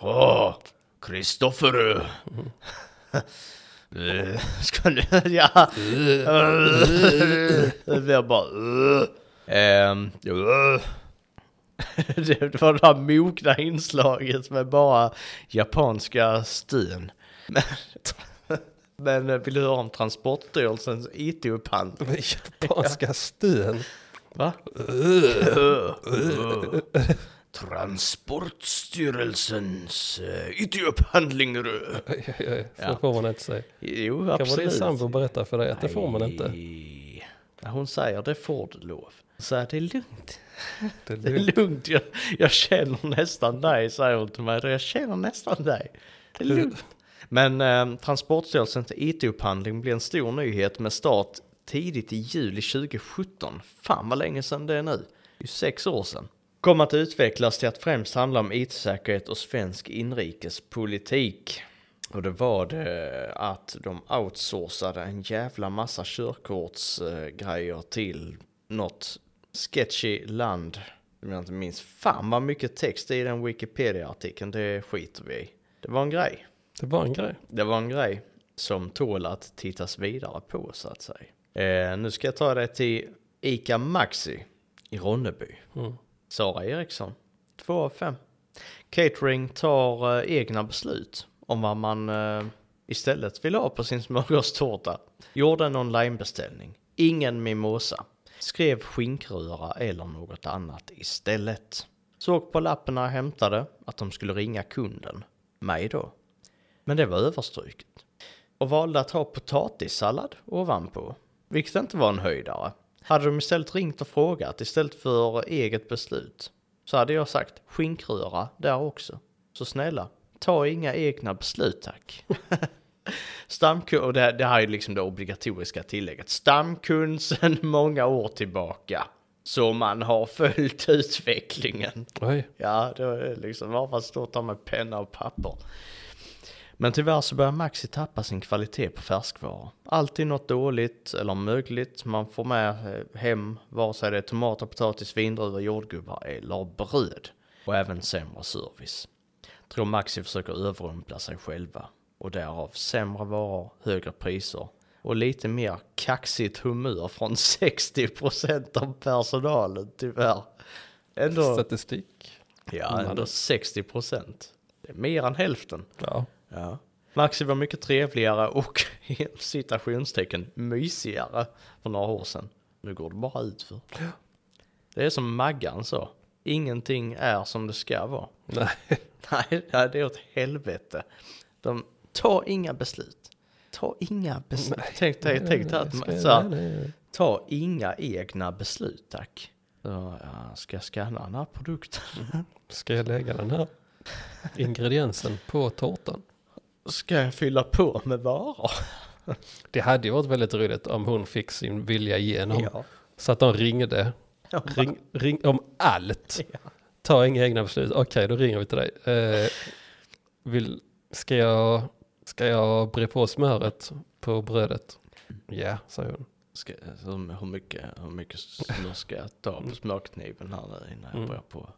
S2: Åh, Kristofferu. Eh, Ska du... Ja. Det blir bara... eh. Ehm, eh. Det var det här mokna inslaget med bara japanska stön. Men, men eh, vill du höra om Transportstyrelsens IT-upphandling?
S3: De är japanska stön.
S2: Va? Transportstyrelsens eh, IT-upphandling.
S3: Oj, oj, oj. Så
S2: Ja.
S3: får man inte säga.
S2: Jo,
S3: Kan vara din
S2: absolut.
S3: sambo berätta för dig att det får man inte.
S2: Nej. När hon säger det får du lov. Så här, det är lugnt.
S3: Det är
S2: Det är
S3: lugnt.
S2: lugnt. Jag, jag känner nästan dig, säger hon till mig. Jag känner nästan dig. Det är lugnt. Men eh, Transportstyrelsens IT-upphandling blir en stor nyhet med start tidigt i juli 2017. Fan vad länge sedan det är nu. Det är sex år sedan. Kommer att utvecklas till att främst handla om IT-säkerhet och svensk inrikespolitik. Och det var det att de outsourcade en jävla massa körkortsgrejer till något sketchy land. Om jag inte minns. Fan vad mycket text det är i den Wikipedia-artikeln. Det skiter vi i. Det var en grej.
S3: Det var en grej.
S2: Det var en grej som tål att tittas vidare på så att säga. Eh, nu ska jag ta dig till ICA Maxi i Ronneby.
S3: Mm.
S2: Sara Eriksson, 2 av 5. Catering tar eh, egna beslut om vad man eh, istället vill ha på sin smörgåstårta. Gjorde en onlinebeställning, ingen mimosa. Skrev skinkröra eller något annat istället. Såg på lappen när jag hämtade att de skulle ringa kunden, mig då. Men det var överstruket. Och valde att ha potatissallad ovanpå. Vilket inte var en höjdare. Hade de istället ringt och frågat istället för eget beslut. Så hade jag sagt skinkröra där också. Så snälla, ta inga egna beslut tack. Stamkund, och det, det här är liksom det obligatoriska tillägget. Stamkund sedan många år tillbaka. Så man har följt utvecklingen.
S3: Oj.
S2: Ja, det är liksom varför stått där med penna och papper. Men tyvärr så börjar Maxi tappa sin kvalitet på färskvaror. Alltid något dåligt eller mögligt man får med eh, hem, vare sig det är tomater, potatis, vindruvor, jordgubbar eller bröd. Och även sämre service. Tror Maxi försöker överrumpla sig själva. Och därav sämre varor, högre priser och lite mer kaxigt humör från 60% av personalen tyvärr. Ändå...
S3: Statistik.
S2: Ja, ändå 60 procent. Det är mer än hälften.
S3: Ja.
S2: Ja. Maxi var mycket trevligare och inom citationstecken mysigare för några år sedan. Nu går det bara ut för. Det är som Maggan sa. Ingenting är som det ska vara.
S3: Nej.
S2: Nej, det är åt helvete. De tar inga beslut. Ta inga beslut. Tänk dig, tänk dig att man, så här,
S3: här.
S2: Ta inga egna beslut tack. Så, ja, ska jag scanna den här produkten?
S3: Ska jag lägga den här ingrediensen på tårtan?
S2: Ska jag fylla på med varor?
S3: Det hade ju varit väldigt roligt om hon fick sin vilja igenom.
S2: Ja.
S3: Så att de ringde. Ring, ring om allt. Ta inga egna beslut. Okej, då ringer vi till dig. Eh, vill, ska, jag, ska jag bre på smöret på brödet? Ja, säger hon.
S2: Ska, hur, hur, mycket, hur mycket smör ska jag ta på smörkniven här nu innan jag
S3: Mm.
S2: börjar på?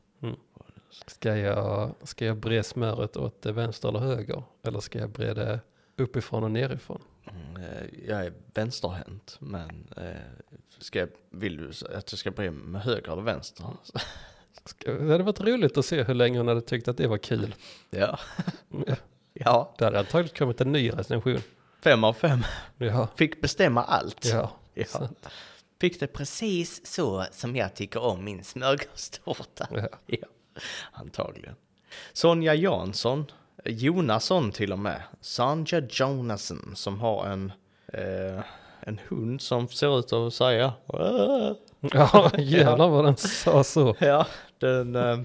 S3: Ska jag, ska jag bre smöret åt eh, vänster eller höger? Eller ska jag bre det uppifrån och nerifrån?
S2: Mm, eh, jag är vänsterhänt, men eh, ska, jag- vill du s- att jag ska börja med höger eller vänster?
S3: Ska, det hade varit roligt att se hur länge hon hade tyckt att det var kul.
S2: Ja.
S3: Ja,
S2: ja,
S3: Det hade antagligen kommit en ny recension.
S2: fem av fem.
S3: Ja,
S2: Fick bestämma allt.
S3: ja.
S2: Ja.
S3: sant.
S2: Fick det precis så som jag tycker om min smörgåstårta.
S3: ja.
S2: Ja, antagligen. Sonja Jansson, Jonasson till och med. Sanja Jonasson som har en, eh, en hund som ser ut att säga "Åh".
S3: Ja, jävlar vad den sa så.
S2: Ja, den, eh,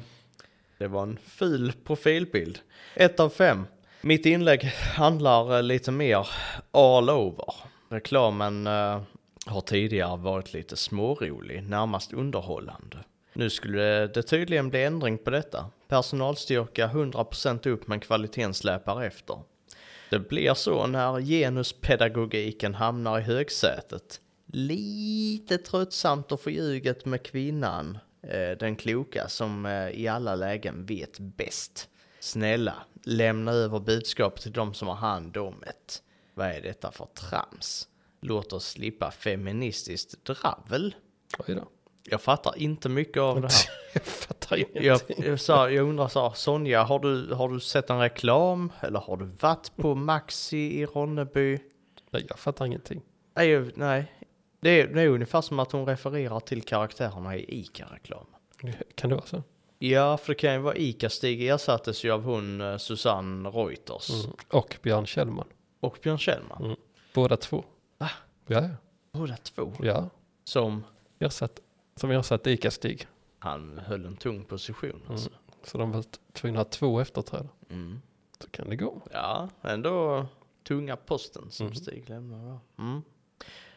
S2: det var en ful profilbild. Ett av fem. Mitt inlägg handlar eh, lite mer all over. Reklamen eh, har tidigare varit lite smårolig, närmast underhållande. Nu skulle det tydligen bli ändring på detta. Personalstyrka 100% upp men kvaliteten släpar efter. Det blir så när genuspedagogiken hamnar i högsätet. Lite tröttsamt och förljuget med kvinnan, eh, den kloka som eh, i alla lägen vet bäst. Snälla, lämna över budskapet till de som har hand om det. Vad är detta för trams? Låt oss slippa feministiskt dravel.
S3: Oj då.
S2: Jag fattar inte mycket av det här.
S3: Jag fattar ingenting.
S2: Jag, jag, sa, jag undrar så här, Sonja, har du, har du sett en reklam? Eller har du varit på Maxi i Ronneby?
S3: Nej, jag fattar ingenting.
S2: Nej, jag- nej. Det är, det är ungefär som att hon refererar till karaktärerna i ICA-reklamen.
S3: Kan det vara så?
S2: Ja, för det kan ju vara ICA-Stig ersattes ju av hon eh, Susanne Reuters
S3: Mm. Och Björn Kjellman.
S2: och Björn Kjellman.
S3: Mm. Båda två.
S2: Va?
S3: Ja, ja.
S2: Båda två.
S3: ja.
S2: Som
S3: Ersatt, som ersatt ICA-Stig.
S2: han höll en tung position alltså.
S3: Så de var tvungna att ha två efterträdare.
S2: Mm.
S3: Så kan det gå.
S2: Ja, ändå tunga posten som Stig lämnar då. Mm.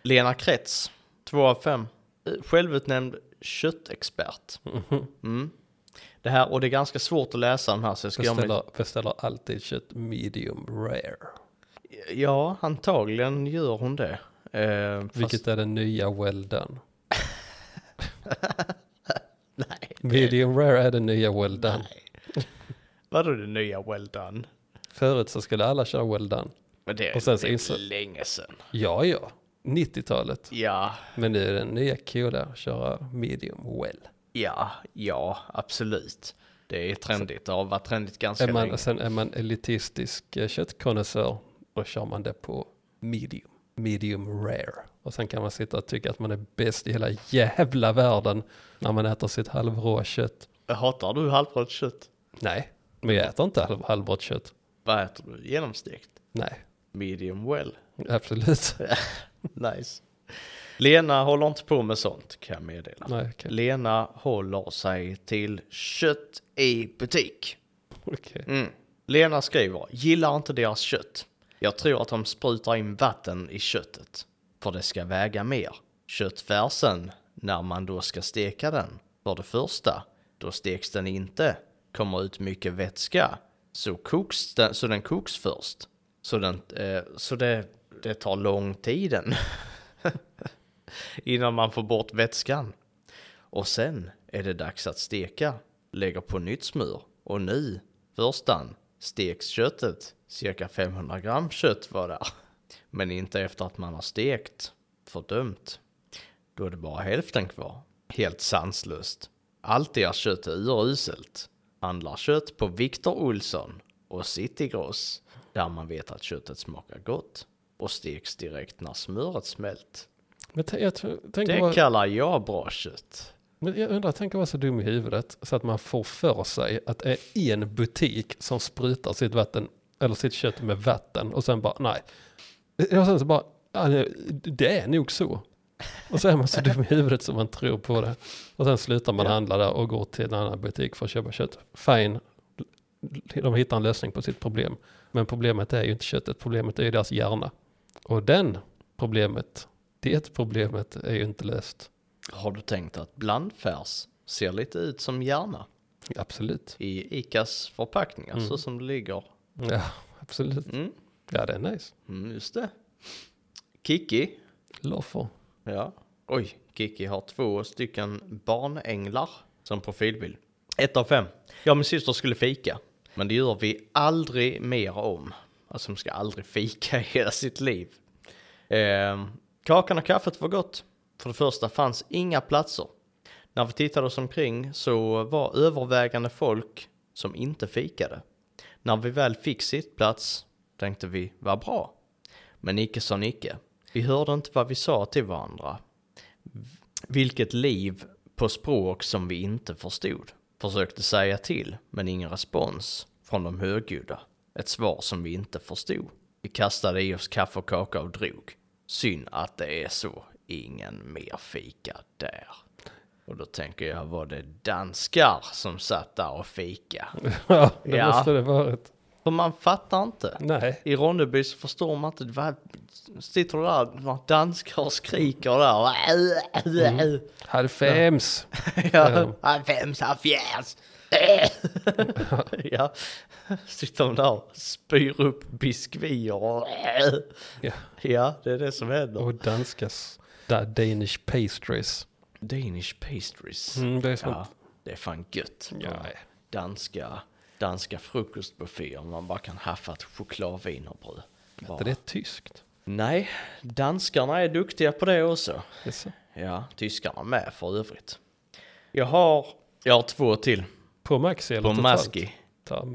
S2: Lena Kretz, 2 av 5. Självutnämnd köttexpert.
S3: Mhm.
S2: Mm. Det här, och det är ganska svårt att läsa den här så jag ska göra mig-
S3: Beställer, beställer alltid kött medium rare.
S2: Ja, antagligen gör hon det. Eh, fast-
S3: Vilket är den nya well done.
S2: Nej.
S3: Medium rare är den nya well done.
S2: Vadå det nya well done?
S3: Förut så skulle alla köra well done.
S2: Men det är
S3: Och sen så
S2: det är
S3: inså-
S2: länge sedan.
S3: Ja, ja. 90-talet.
S2: Ja,
S3: Men nu är den nya coola att köra medium well.
S2: ja, ja, absolut. Det är trendigt. Det har varit trendigt ganska
S3: Är man,
S2: länge.
S3: sen är man elitistisk eh, köttkonnässör, då kör man det på medium. Medium rare. Och sen kan man sitta och tycka att man är bäst i hela jävla världen när man äter sitt halvråa kött.
S2: Hatar du halvrått kött?
S3: Nej, men jag äter inte halv, halvrått kött.
S2: Vad äter du? Genomstekt?
S3: Nej,
S2: Medium well.
S3: absolut.
S2: Nice. Lena håller inte på med sånt kan jag meddela.
S3: Nej, okej.
S2: Lena håller sig till kött i butik.
S3: Okej.
S2: Mm. Lena skriver, gillar inte deras kött. Jag tror att de sprutar in vatten i köttet. För det ska väga mer. Köttfärsen, när man då ska steka den. För det första, då steks den inte. Kommer ut mycket vätska. Så, koks den, så den koks först. Så, den, eh, så det, det tar lång tiden. Innan man får bort vätskan. Och sen är det dags att steka. Lägger på nytt smör. Och nu, förstan, steks köttet. Cirka 500 gram kött var där. Men inte efter att man har stekt. Fördömt. Då är det bara hälften kvar. Helt sanslöst. Allt ert kött är uruselt. Handlar kött på Viktor Olsson och Citygross där man vet att köttet smakar gott och steks direkt när smöret smält.
S3: Men t- jag, tror- tänker
S2: Det
S3: bara,
S2: kallar jag bra kött.
S3: men jag undrar, tänk att vara så dum i huvudet så att man får för sig att det är en butik som sprutar sitt vatten eller sitt kött med vatten och sen bara nej. Och sen så bara, ja, det- det är nog så. Och så är man så dum i huvudet som man tror på det. Och sen slutar man handla där och går till en annan butik för att köpa kött. Fine, de hittar en lösning på sitt problem. Men problemet är ju inte köttet, problemet är ju deras hjärna. Och den problemet, det problemet är ju inte löst.
S2: Har du tänkt att blandfärs ser lite ut som hjärna
S3: Absolut.
S2: i ICAs förpackningar så som det ligger?
S3: Ja, absolut.
S2: Mm,
S3: Ja, det är nice.
S2: mm just det. Kiki.
S3: Loffer.
S2: Ja. Oj, Kiki har två stycken barnänglar som profilbild. Ett av fem. Jag och min syster skulle fika, men det gör vi aldrig mer om. Alltså de ska aldrig fika i hela sitt liv. Eh, kakan och kaffet var gott. För det första fanns inga platser. När vi tittade oss omkring så var övervägande folk som inte fikade. När vi väl fick sittplats tänkte vi, vad bra. Men icke sa Nicke. Vi hörde inte vad vi sa till varandra. Vilket liv på språk som vi inte förstod. Försökte säga till, men ingen respons från de högljudda. Ett svar som vi inte förstod. Vi kastade i oss kaffe och kaka och drog. Synd att det är så. Ingen mer fika där. Och då tänker jag, var det danskar som satt där och fika?
S3: ja, det
S2: Ja.
S3: måste det varit.
S2: För man fattar inte.
S3: Nej.
S2: I Ronneby så förstår man inte. Vad sitter du där några danskar och skriker där?
S3: Halv fems.
S2: Mm. Ja, han fems, han fjärs. Ja, sitter de där och spyr upp biskvier och...
S3: Ja.
S2: Ja, det är det som händer.
S3: Och danskas. Da, Danish pastries.
S2: Danish pastries.
S3: Mm, det är sånt.
S2: Ja, det är fan gött.
S3: Ja.
S2: Danska, danska frukostbufféer. Man bara kan haffa ett chokladwienerbröd.
S3: Inte det är tyskt.
S2: Nej, danskarna är duktiga på det också.
S3: Det är så.
S2: Ja, tyskarna med för övrigt. Jag har, jag har två till
S3: På Maxi eller
S2: på
S3: totalt?
S2: Maski.
S3: Ta,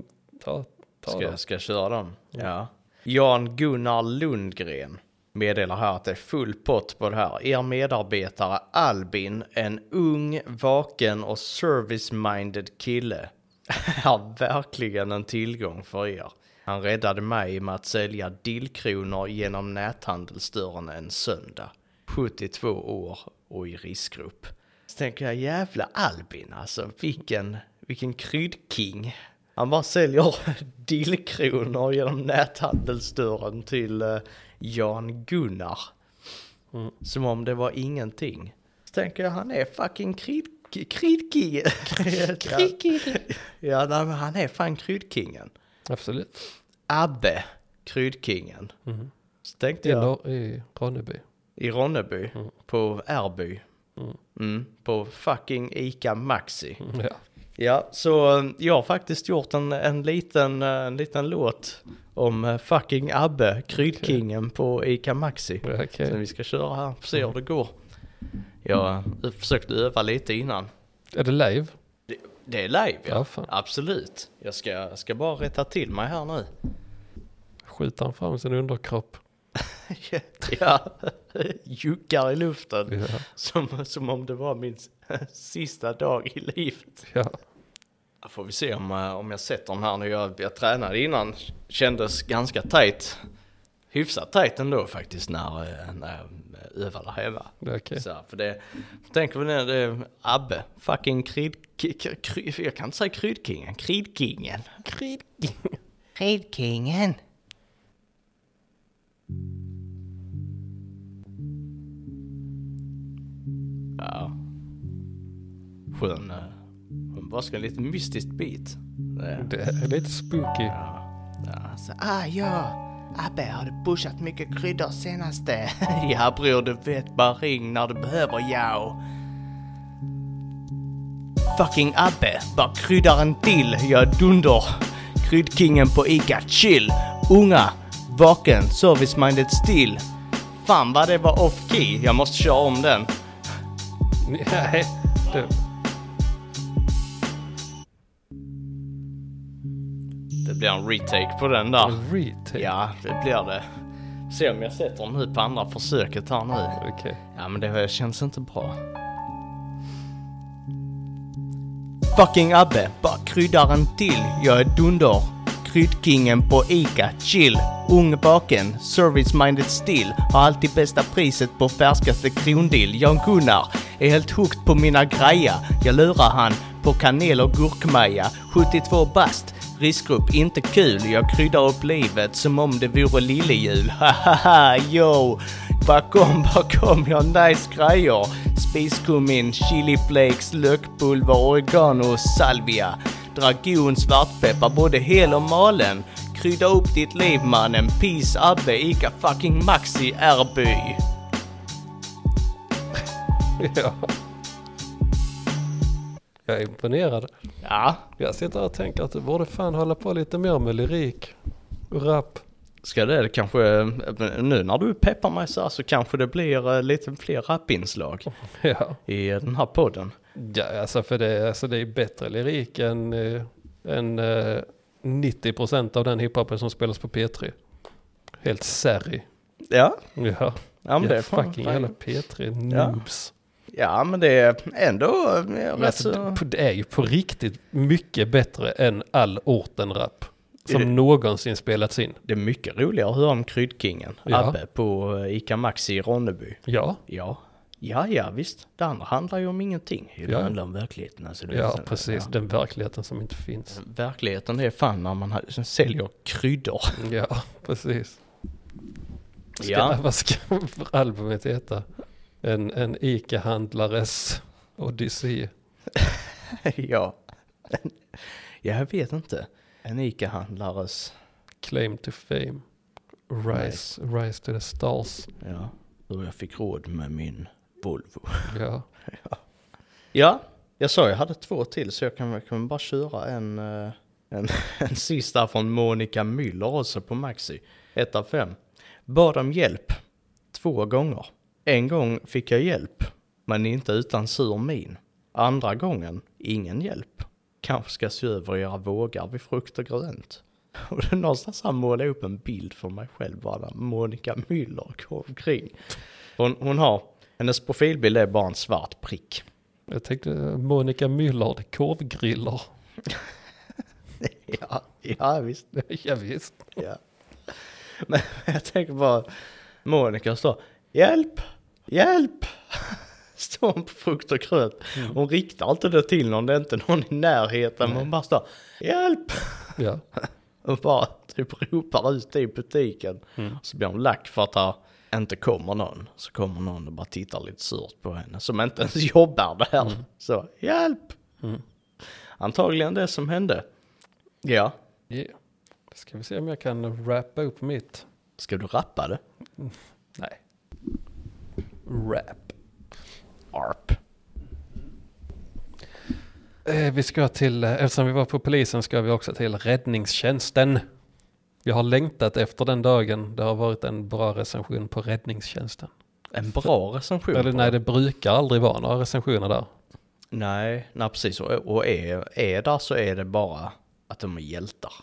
S3: ta, ta
S2: Ska,
S3: dem.
S2: ska köra dem. Ja. Jan Gunnar Lundgren meddelar här att det är full pott på det här. Er medarbetare Albin, en ung, vaken och service-minded kille, är verkligen en tillgång för er. Han räddade mig med att sälja dillkronor genom näthandelsdörren en söndag. 72 år och i riskgrupp. Så tänker jag, jävla Albin alltså, vilken, vilken kryddking. Han bara säljer dillkronor genom näthandelsdörren till eh, Jan Gunnar. Som om det var ingenting. Så tänker jag, han är fucking kryddking. Kryddking! ja, nej, men han är fan kryddkingen.
S3: Absolut.
S2: Abbe, kryddkingen. Så tänkte jag,
S3: Eller i Ronneby.
S2: i Ronneby, på Ärby. Mm, på fucking Ica Maxi.
S3: Mm, Ja.
S2: Ja, så eh, jag har faktiskt gjort en, en, liten, eh, en liten låt om eh, fucking Abbe, kryddkingen på Ica Maxi.
S3: Ja, okej.
S2: Som vi ska köra här, får se hur det går. Jag eh, försökte öva lite innan.
S3: Är det live?
S2: Det, det är live ja,
S3: Ja, fan.
S2: absolut. Jag ska, jag ska bara rätta till mig här nu.
S3: Skjuter han fram sin underkropp?
S2: ja, juckar i luften.
S3: Ja.
S2: Som, som om det var min s- sista dag i livet.
S3: ja.
S2: Ja, Får vi se om, eh, om jag sätter den här nu. Jag, jag tränade innan. Kändes ganska tajt. Hyfsat tajt ändå faktiskt när, eh, när jag övade hemma.
S3: Det är okej.
S2: Så, här, för det, tänk på det, det är Abbe, fucking krydd... k- k- kry- Jag kan inte säga kryddkingen, kryddkingen. Kryddkingen. Kryddkingen. Ja. Skön, eh, skön bara en lite mystiskt beat. Det-
S3: Det är lite spooky.
S2: Alltså, ah ja, Abbe har du pushat mycket kryddor senaste? ja bror, du vet bara ring när du behöver ja. Fucking Abbe, bara kryddar en till, jag dunder. Kryddkingen på ICA chill. Unga, vaken, service-minded still. Fan vad det var off-key, jag måste köra om den.
S3: Nej, det,
S2: Det blir en retake på den där.
S3: en retake.
S2: Ja, det blir det. Se om jag sätter den nu på andra försöket här nu.
S3: Okej.
S2: Ja men det känns inte bra. Fucking Abbe, bara kryddar en till. Jag är dunder. Kryddkingen på ICA, chill. Ung baken, service-minded still. Har alltid bästa priset på färskaste krondill. Jan-Gunnar är helt hooked på mina grejer. Jag lurar han på kanel och gurkmaja. 72 bast. Riskgrupp, inte kul. Jag kryddar upp livet som om det vore lillejul. Hahaha, yo! Bakom, bakom, jag har nice grejer. Spiskummin, chili flakes, lökpulver, oregano, salvia. Dragon, svartpeppar, både hel och malen. Krydda upp ditt liv mannen. Peace, Abbe, Ica fucking Maxi, Ärby.
S3: Ja. Jag är imponerad.
S2: Ja,
S3: Jag sitter här och tänker att du borde fan hålla på lite mer med lyrik och rap.
S2: ska det kanske, nu när du peppar mig så här så kanske det blir eh, lite fler rapinslag
S3: Ja,
S2: i eh, den här podden.
S3: ja alltså för det, alltså det är bättre lyrik än, eh, än eh, 90% av den hiphopen som spelas på P3. Helt särri.
S2: Ja,
S3: Ja,
S2: ja men det är fan-
S3: fucking jävla P3
S2: Ja.
S3: noobs.
S2: Ja, men det är ändå eh, rätt
S3: Alltså,
S2: så...
S3: det- det är ju på riktigt mycket bättre än all orten-rap. som
S2: det-
S3: någonsin spelats in.
S2: Det är mycket roligare att höra om kryddkingen,
S3: Ja.
S2: Abbe, på eh, Ica Maxi i Ronneby.
S3: Ja,
S2: Ja. Ja, ja, visst. Det andra handlar ju om ingenting. Det
S3: Ja.
S2: handlar om verkligheten. Alltså, det Mm. är
S3: ja
S2: så-
S3: precis. Den verkligheten som inte finns.
S2: Verkligheten det är fan när man ha- säljer kryddor.
S3: Ja, precis. Ska,
S2: Ja.
S3: Vad ska albumet heta? En, en ICA-handlares odyssé.
S2: ja. ja, jag vet inte. En ICA-handlares...
S3: Claim to fame. Rise, rise to the stars.
S2: Ja. Hur jag fick råd med min Volvo.
S3: Ja.
S2: Ja, jag sa jag hade två till så jag kan, jag kan bara köra en, eh, en, en sista från Monica Müller också på Maxi. 1 av 5. Bad om hjälp två gånger. En gång fick jag hjälp, men inte utan sur min. Andra gången, ingen hjälp. Kanske ska se över era vågar vid frukt och grönt. Och det är någonstans här målade jag upp en bild för mig själv bara där Monica Müller går omkring. Hon, hon har, hennes profilbild är bara en svart prick.
S3: Jag tänkte Monica Müller, korvgriller.
S2: Ja, ja visst.
S3: ja, visst.
S2: Ja. Men jag tänker bara, Monica står, hjälp, hjälp! Står hon på frukt och grönt. Hon riktar inte det till någon, det är inte någon i närheten. men Hon bara står, hjälp!
S3: Ja.
S2: Och bara typ ropar ut det i butiken. Så blir hon lack för att det inte kommer någon. Så kommer någon och bara tittar lite surt på henne. Som inte ens jobbar där. Så, hjälp! Antagligen det som hände. Ja,
S3: Yeah. Ska vi se om jag kan rappa upp mitt.
S2: ska du rappa det?
S3: Nej. Rap.
S2: ARP.
S3: Eh, vi ska till, eh, eftersom vi var på polisen ska vi också till räddningstjänsten. Jag har längtat efter den dagen. Det har varit en bra recension på räddningstjänsten.
S2: En bra recension.
S3: Eller
S2: på
S3: nej,
S2: det.
S3: det brukar aldrig vara några recensioner där.
S2: nej, nej, precis. Och, och är, är där så är det bara att de är hjältar.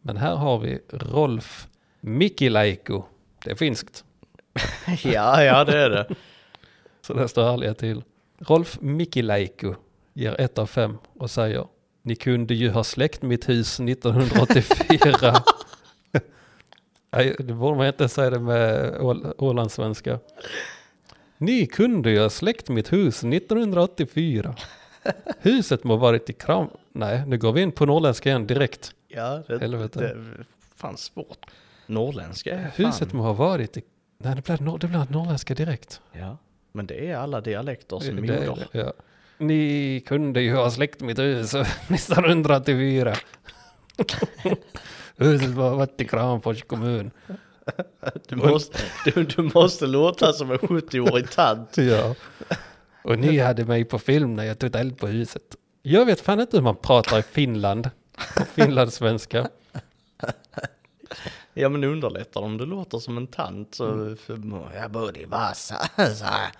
S3: Men här har vi Rolf Mikilaiko. Det är finskt.
S2: ja, ja det är det.
S3: Så där står ärliga till. Rolf Mikilaiko ger ett av fem och säger Ni kunde ju ha släckt mitt hus 1984. Nej, det borde man inte säga det med Ål- ålandssvenska. Ni kunde ju ha släckt mitt hus 1984. Huset må varit i kram... Nej, nu går vi in på norrländska igen direkt.
S2: Ja, det,
S3: Helvete.
S2: det är fan svårt. Norrländska är Äh, fan.
S3: Huset må ha varit i... Nej, det blev, nor- det blev norrländska direkt.
S2: Ja, men det är alla dialekters
S3: Det- det-
S2: moder.
S3: ja. Ni kunde ju ha släckt mitt hus 1984. Huset var varit i Kramfors kommun.
S2: Du måste, du, du måste låta som en 70-årig tant.
S3: Ja. Och ni hade mig på film när jag tog eld på huset. Jag vet fan inte hur man pratar i Finland. på Finlandssvenska.
S2: Ja, men det underlättar om du låter som en tant. Så,
S3: Mm.
S2: för, jag bor i Vasa. så här.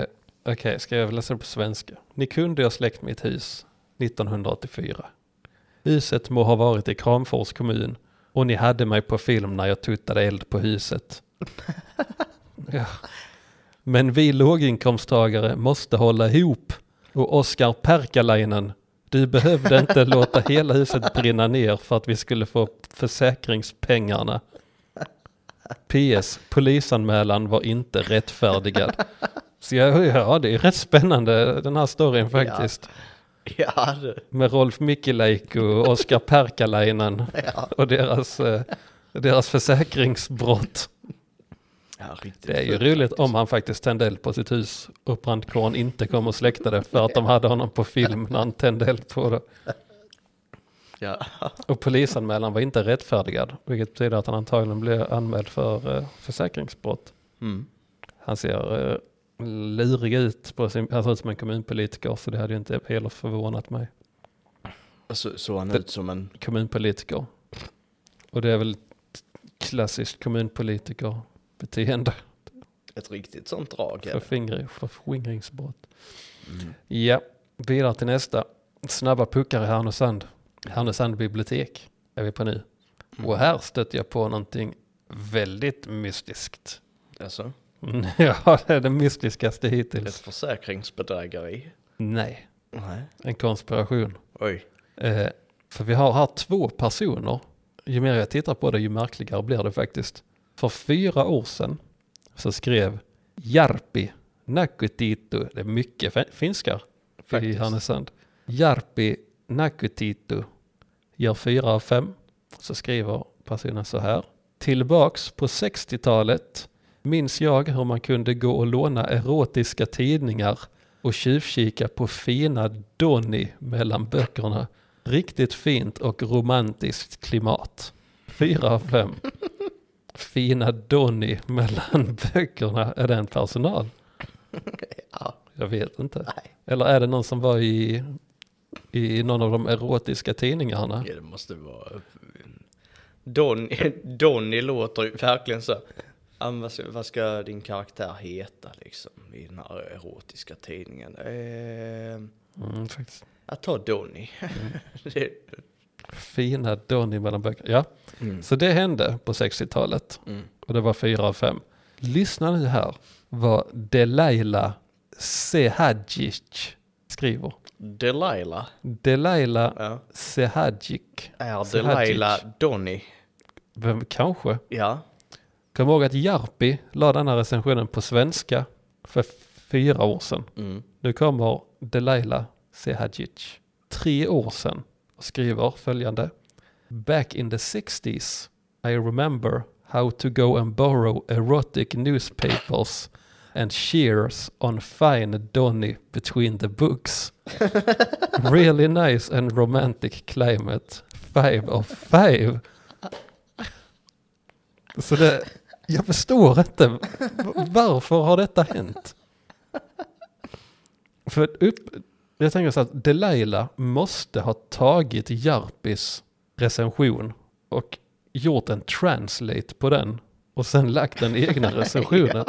S3: Eh, Okej, ska jag läsa det på svenska? Ni kunde ha släckt mitt hus 1984. Huset må ha varit i Kramfors kommun och ni hade mig på film när jag tuttade eld på huset. ja. Men vi låginkomsttagare måste hålla ihop. Och Oskar Perkalainen, du behövde inte låta hela huset brinna ner för att vi skulle få försäkringspengarna. PS. Polisanmälan var inte rättfärdigad. Så jag, ja, det är rätt spännande den här storyn faktiskt.
S2: Ja, det,
S3: Med Rolf Mikiläikö och Oskar Perkalainen och deras, eh, deras försäkringsbrott.
S2: ja, riktigt
S3: Det är ju
S2: fult.
S3: roligt om han faktiskt tände eld på sitt hus och brandkåren inte kom och släckte det för att de hade honom på film när han tände eld på det.
S2: Ja.
S3: Och polisanmälan var inte rättfärdigad, vilket betyder att han antagligen blev anmäld för eh, försäkringsbrott.
S2: Mm.
S3: Han ser eh, lurig ut, på sin, han ser ut som en kommunpolitiker så det hade ju inte heller förvånat mig.
S2: Så, såg han
S3: Det-
S2: ut som en...
S3: kommunpolitiker. Och det är väl ett klassiskt kommunpolitiker-beteende
S2: Ett riktigt sånt drag.
S3: för,
S2: eller?
S3: fingring, för fingringsbrott. Mm. Ja, vidare till nästa. Snabba puckar i Härnösand. Härnösand bibliotek är vi på nu.
S2: Mm.
S3: Och här stötte jag på någonting väldigt mystiskt.
S2: Alltså,
S3: Mm, Ja, det är det mystiskaste
S2: ett
S3: hittills.
S2: försäkringsbedrägeri.
S3: Nej,
S2: Nej.
S3: en konspiration.
S2: Oj.
S3: Eh, För vi har här två personer. Ju mer jag tittar på det, ju märkligare blir det faktiskt. För fyra år sedan så skrev Jarpi Nakutitu, det är mycket fin- finskar i
S2: Faktiskt.
S3: Härnösand. Jarpi Nakutitu gör fyra av fem. Så skriver personen så här. Tillbaks på 60-talet minns jag hur man kunde gå och låna erotiska tidningar och tjuvkika på fina Donny mellan böckerna. Riktigt fint och romantiskt klimat. Fyra av fem. Fina Donny mellan böckerna. Är det en personal?
S2: Ja,
S3: Jag vet inte.
S2: nej.
S3: Eller är det någon som var i, i någon av de erotiska tidningarna?
S2: Ja, det måste vara... Don, Donny låter ju verkligen så. Ja, men Vad ska, vad ska din karaktär heta liksom i den här erotiska tidningen? Eh,
S3: Mm, faktiskt.
S2: jag tar Donny.
S3: Mm.
S2: det,
S3: Fina Donny mellan böckerna. Ja,
S2: mm.
S3: så det hände på 60-talet.
S2: Mm.
S3: Och det var fyra av fem. Lyssna nu här vad Delaila Sehadzic skriver.
S2: Delilah.
S3: Delaila
S2: Ja.
S3: Sehadzic.
S2: Är
S3: Sehadzic.
S2: Delilah Donny?
S3: Vem kanske?
S2: Ja.
S3: Kom ihåg att Jarpi la den här recensionen på svenska för fyra år sedan.
S2: Mm.
S3: Nu kommer Delaila Sehadzic, tre år sedan, och skriver följande. Back in the 60s, I remember how to go and borrow erotic newspapers and shears on fine Donny between the books. really nice and romantic climate. Five of five. Så det, jag förstår inte, v- varför har detta hänt? För upp, jag tänker så att Delilah måste ha tagit Jarpis recension och gjort en translate på den och sen lagt den egna recensionen.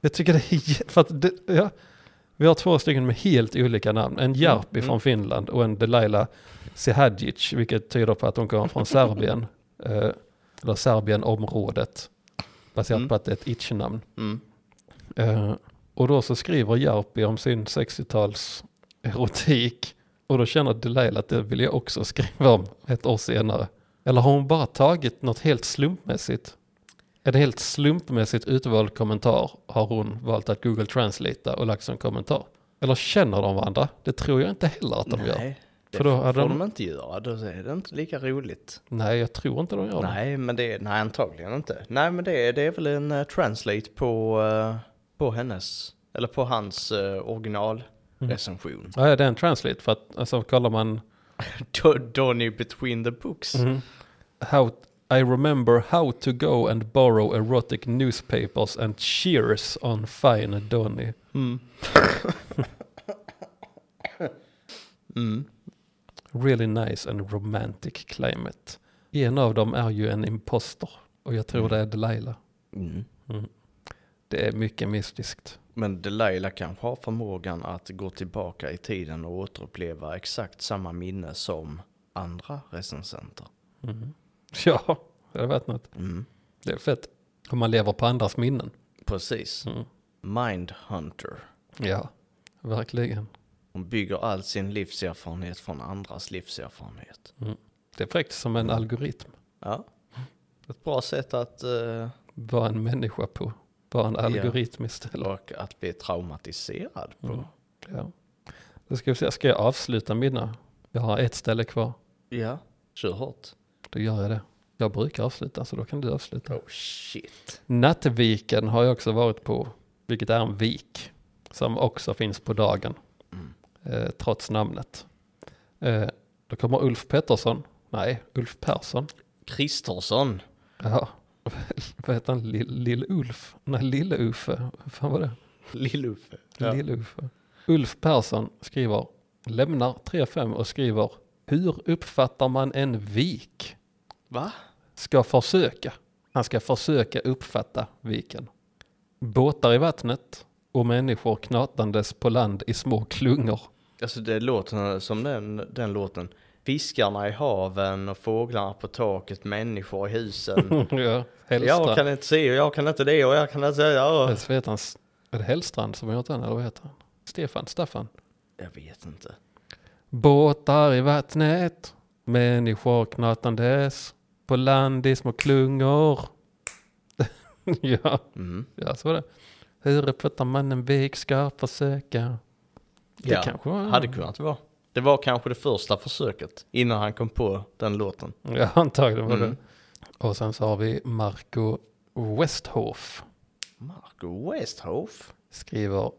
S3: Jag tycker det är, jä- för att det, ja, vi har två stycken med helt olika namn. En Jarpi från Finland och en Delilah Sehadzic, vilket tyder på att hon kommer från Serbien, eh, eller Serbienområdet, baserat
S2: Mm.
S3: på att det är ett itch-namn.
S2: Mm.
S3: Eh, och då så skriver Jarpi om sin 60-tals erotik. Och då känner Delilah att det vill jag också skriva om ett år senare. Eller har hon bara tagit något helt slumpmässigt? En helt slumpmässigt utvald kommentar har hon valt att Google Translate och lagt som kommentar. Eller känner de varandra? Det tror jag inte heller att de gör.
S2: Nej. Det
S3: För då
S2: får
S3: hade de-
S2: de inte göra, då är det inte lika roligt.
S3: Nej, jag tror inte de gör det.
S2: Nej, men det, nej antagligen inte. Nej, men det, det är väl en eh, translate på, eh, på hennes, eller på hans eh,
S3: Mm.
S2: originalrecension.
S3: Nej, det är en translate för att alltså, kollar man
S2: Do- Donny between the books.
S3: Mm. Mm-hmm. how I remember how to go and borrow erotic newspapers and cheers on fine Donny. Really nice and romantic climate. En av dem är ju en imposter och jag tror det är Delilah.
S2: Mm.
S3: Det är mycket mystiskt.
S2: Men Delilah kanske har förmågan att gå tillbaka i tiden och återuppleva exakt samma minne som andra recensenter.
S3: Ja, det vet något.
S2: Mm.
S3: Det är fett. Om man lever på andras minnen.
S2: Precis.
S3: Mm.
S2: Mindhunter.
S3: Ja, verkligen.
S2: Hon bygger all sin livserfarenhet från andras livserfarenhet.
S3: Det är faktiskt som en algoritm.
S2: Ja. Ett bra sätt att... eh,
S3: Vara en människa på. Vara en algoritm istället.
S2: och att bli traumatiserad på.
S3: Mm. Ja. Då ska vi se, ska jag avsluta mina? Jag har ett ställe kvar.
S2: Ja, kör hårt.
S3: Då gör jag det. Jag brukar avsluta, så då kan du avsluta.
S2: Oh shit.
S3: Nattviken har jag också varit på, vilket är en vik som också finns på dagen,
S2: Mm.
S3: eh, trots namnet. Eh, då kommer Ulf Pettersson, nej, Ulf Persson.
S2: Kristersson.
S3: Ja, vad heter han? Lill- Lill-Ulf? Nej, Lille-Uffe. Vad fan var det?
S2: Lill-Uffe.
S3: Lill-Uffe. Ulf Persson skriver, lämnar 3-5 och skriver, hur uppfattar man en vik?
S2: Va?
S3: Ska försöka. Han ska försöka uppfatta viken. Båtar i vattnet och människor knatandes på land i små klungor.
S2: Alltså det låter som den, den låten. Fiskarna i haven och fåglarna på taket, människor i husen.
S3: ja,
S2: jag
S3: Hellstrand.
S2: kan inte se och jag kan inte det och jag kan inte säga.
S3: Vad heter han? Är det Hellstrand som har gjort den eller vad heter han? Stefan, Staffan.
S2: Jag vet inte.
S3: Båtar i vattnet Människor knatandes på land i små klungor. ja,
S2: Mm.
S3: ja, så var det. Hur uppfattar mannen vik ska försöka? Det
S2: Ja,
S3: kanske var...
S2: Hade kunnat vara. Det var kanske det första försöket innan han kom på den låten.
S3: Ja, antagligen var
S2: Mm.
S3: det. Och sen så har vi Marco Westhoff.
S2: Marco Westhoff.
S3: skriver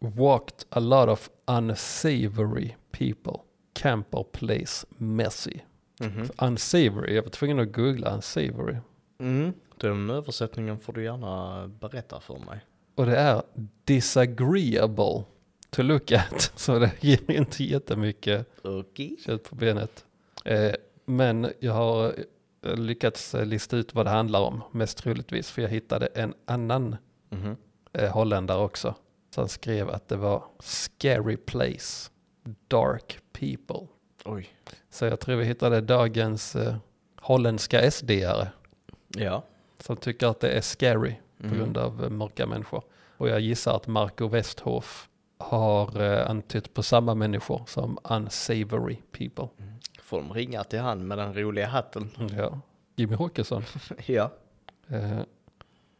S3: Walked a lot of unsavory people. Camper place messy.
S2: Mhm.
S3: Så unsavory, jag var tvungen att googla unsavory.
S2: Mm. Den översättningen får du gärna berätta för mig.
S3: Och det är disagreeable to look at. Så det ger inte jättemycket
S2: Okej.
S3: kött på benet. Eh, men jag har eh, lyckats eh, lista ut vad det handlar om, mest troligtvis. För jag hittade en annan
S2: Mhm.
S3: eh, holländare också. Som skrev att det var scary place, dark people.
S2: Oj.
S3: Så jag tror vi hittade dagens eh, holländska SD-are
S2: Ja.
S3: som tycker att det är scary på
S2: Mhm.
S3: grund av eh, mörka människor. Och jag gissar att Marco Westhoff har eh, antytt på samma människor som unsavory people.
S2: Mhm. Får de ringa till han med den roliga hatten?
S3: Ja. Jimmy Håkesson.
S2: ja.
S3: Eh,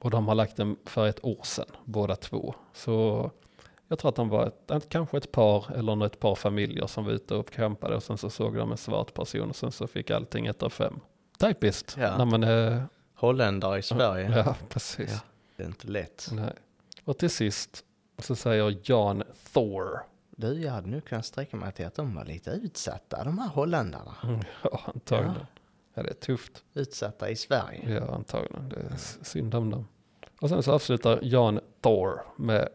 S3: och de har lagt den för ett år sedan, båda två. Så jag tror att de var ett, ett, kanske ett par eller ett par familjer som var ute och campade och sen så såg de en svart person och sen så fick allting ett av fem. Typiskt.
S2: Ja.
S3: När man är,
S2: Holländare i Sverige.
S3: ja, precis.
S2: Ja. Det är inte lätt.
S3: Nej. Och till sist så säger Jan Thor.
S2: Du, jag hade nu kunnat sträcka mig till att de var lite utsatta, de här holländarna.
S3: Ja, antagligen. ja, det är tufft.
S2: Utsatta i Sverige.
S3: Ja, antagligen. Det är s- synd om dem. Och sen så avslutar Jan Thor med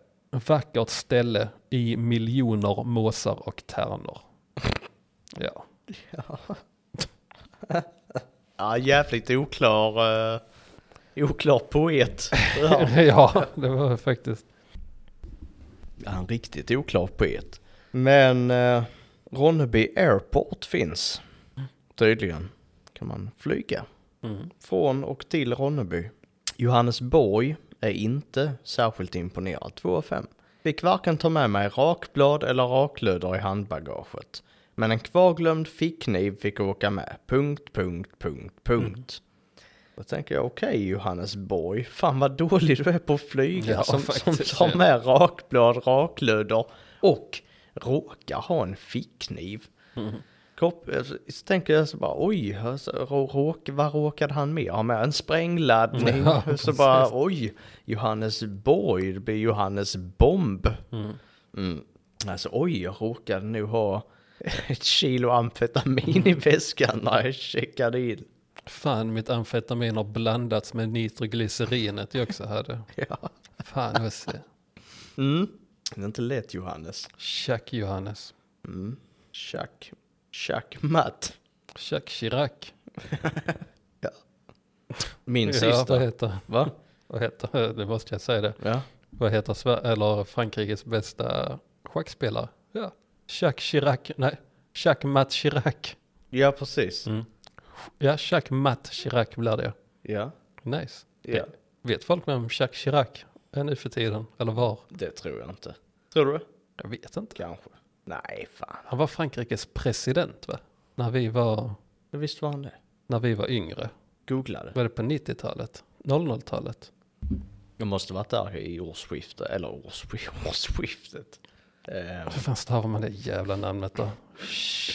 S3: vackert ställe i miljoner måsar och tärnor. Ja,
S2: Ja, jävligt oklar, eh, oklar poet. Ja.
S3: ja det var faktiskt.
S2: Ja, en riktigt oklar poet. Men eh, Ronneby Airport finns. Tydligen kan man flyga Mm, från och till Ronneby. Johannesborg är inte särskilt imponerad, 2 av 5. Fick varken ta med mig rakblad eller raklödder i handbagaget. Men en kvarglömd fickkniv fick åka med. Punkt, punkt, punkt, punkt.
S3: Mm.
S2: Då tänker jag, okej Johannesborg, fan vad dålig du är på att flyga
S3: Ja,
S2: som, som
S3: faktiskt.
S2: tar med rakblad, raklödder och råkar ha en fickkniv. Kropp, alltså, så tänker jag så bara oj, alltså, rå- råk, vad råkade han med? Har med en sprängladdning?
S3: Ja,
S2: så
S3: precis.
S2: bara oj, Johannes Borg, det blir Johannes Bomb. Mm. Alltså oj, jag råkade nu ha ett kilo amfetamin i väskan när jag checkade in.
S3: Fan, mitt amfetamin har blandats med nitroglycerinet jag också hade.
S2: Ja.
S3: Fan, vad se.
S2: Mm. Det är inte lätt Johannes.
S3: Chuck Johannes.
S2: Mm. Chuck. Chuck Matt.
S3: Chuck Chirac.
S2: Min
S3: Ja, vad
S2: sista.
S3: heter,
S2: Va?
S3: vad heter, det måste jag säga det.
S2: Ja.
S3: Vad heter Sver- eller Frankrikes bästa schackspelare? Ja. Jacques Chirac, nej, Jacques Matt Chirac.
S2: Ja, precis.
S3: Mm. Ja, Jacques Matt Chirac blir det.
S2: Ja.
S3: Nice.
S2: Ja.
S3: Vet folk vem Jacques Chirac är nu för tiden? Eller var?
S2: Det tror jag inte. Tror du?
S3: Jag vet inte.
S2: Kanske. Nej, fan.
S3: Han var Frankrikes president va? När vi var,
S2: Men Visst var han det?
S3: när vi var yngre.
S2: Googlade.
S3: Var det på 90-talet? 00-talet?
S2: Jag måste varit där i årsskiftet, eller årsskif- årsskiftet. Eh,
S3: Hur fan stavar man det jävla namnet då?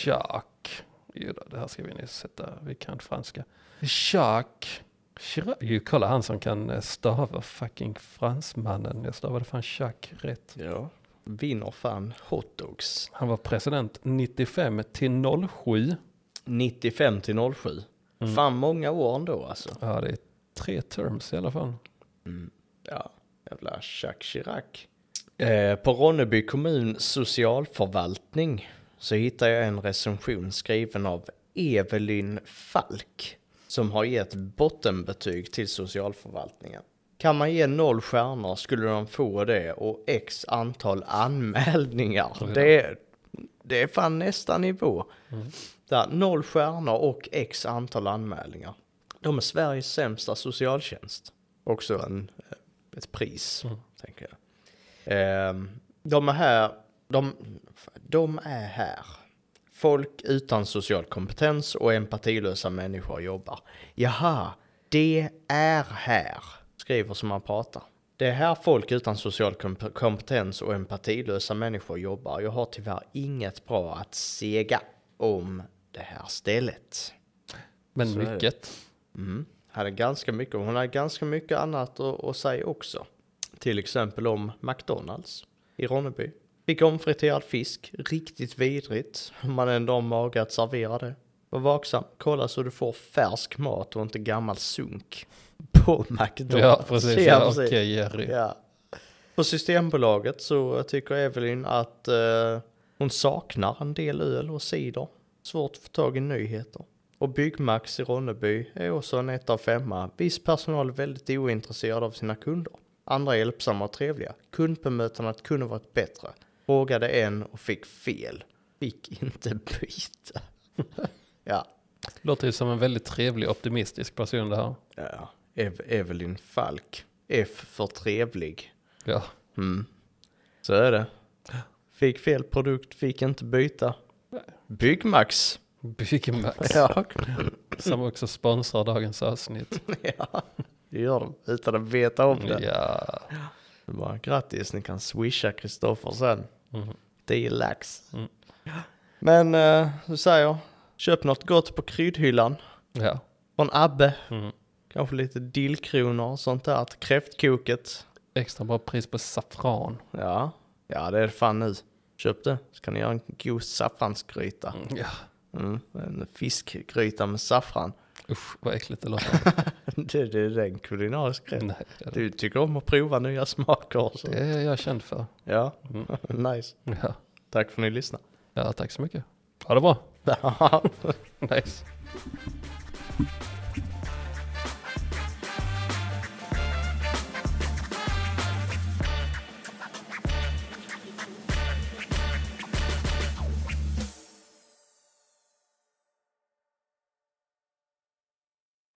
S3: Jacques. Jo då, det här ska vi nu sätta, vi kan franska. Jacques. Chirac. Jo, kolla han som kan eh, stava fucking fransmannen. Jag stavade fan Jacques rätt.
S2: ja. Vinner fan hotdogs.
S3: Han var president 95 till 07.
S2: 95 till 07. Fan många år ändå alltså.
S3: Ja, det är tre terms i alla fall.
S2: Ja, jävla Jacques Chirac. Eh, på Ronneby kommun socialförvaltning så hittar jag en recension skriven av Evelyn Falk som har gett bottenbetyg till socialförvaltningen. Kan man ge noll stjärnor skulle de få det och x antal anmälningar. Det, är- det är fan nästa nivå. Där, noll stjärnor och x antal anmälningar. De är Sveriges sämsta socialtjänst. Också en, eh, ett pris, tänker jag. Ehm, de är här. De, de är här folk utan social kompetens och empatilösa människor jobbar. Jaha, det är här, skriver som man pratar. Det är här folk utan social komp- kompetens och empatilösa människor jobbar. Jag har tyvärr inget bra att säga om det här stället.
S3: Men
S2: Så är det.
S3: mycket.
S2: Mm. Hade ganska mycket, hon hade ganska mycket annat att, att säga också. Till exempel om McDonalds i Ronneby. Fick omfriterad fisk, riktigt vidrigt. Om man ändå har mage att servera det. Var vaksam, kolla så du får färsk mat och inte gammal sunk. På McDonalds.
S3: Ja, precis.
S2: Ja,
S3: Ja,
S2: precis.
S3: Okej, Jerry.
S2: Ja. På Systembolaget så tycker Evelyn att eh, hon saknar en del öl och cider. Svårt att få tag i nyheter. Och Byggmax i Ronneby är också en ett av femma. Viss personal är väldigt ointresserad av sina kunder. Andra är hjälpsamma och trevliga. Kundbemötandet kunde varit bättre. Frågade en och fick fel. Fick inte byta. ja.
S3: Låter ju som en väldigt trevlig, optimistisk person det här.
S2: ja. Ev- Evelyn Falk. F för trevlig.
S3: Ja.
S2: Mm. Så är det. Fick fel produkt, fick inte byta. Byggmax.
S3: Byggmax,
S2: Ja.
S3: som också sponsrar dagens avsnitt.
S2: ja, det gör de utan att veta om det.
S3: Ja.
S2: Det är Bara, grattis, ni kan swisha Kristoffer sen.
S3: Mm.
S2: 10 lax.
S3: Mm.
S2: Men eh, du säger, köp något gott på kryddhyllan.
S3: Ja.
S2: Från Abbe.
S3: Mm.
S2: Kanske lite dillkronor och sånt där. till Kräftkoket.
S3: Extra bra pris på saffran.
S2: Ja, ja det är det fan nu. Köp det, så kan ni göra en god saffransgryta.
S3: Mm, Ja.
S2: Mm, en fiskgryta med saffran.
S3: Usch, vad äckligt det låter.
S2: Det, det är en kulinarisk rätt.
S3: Nej, det,
S2: Du tycker om att prova nya smaker och så.
S3: det är jag känd för.
S2: Ja,
S3: Mm.
S2: nice.
S3: Ja.
S2: Tack för att ni lyssnade.
S3: ja, tack så mycket. Ha det bra. Nice.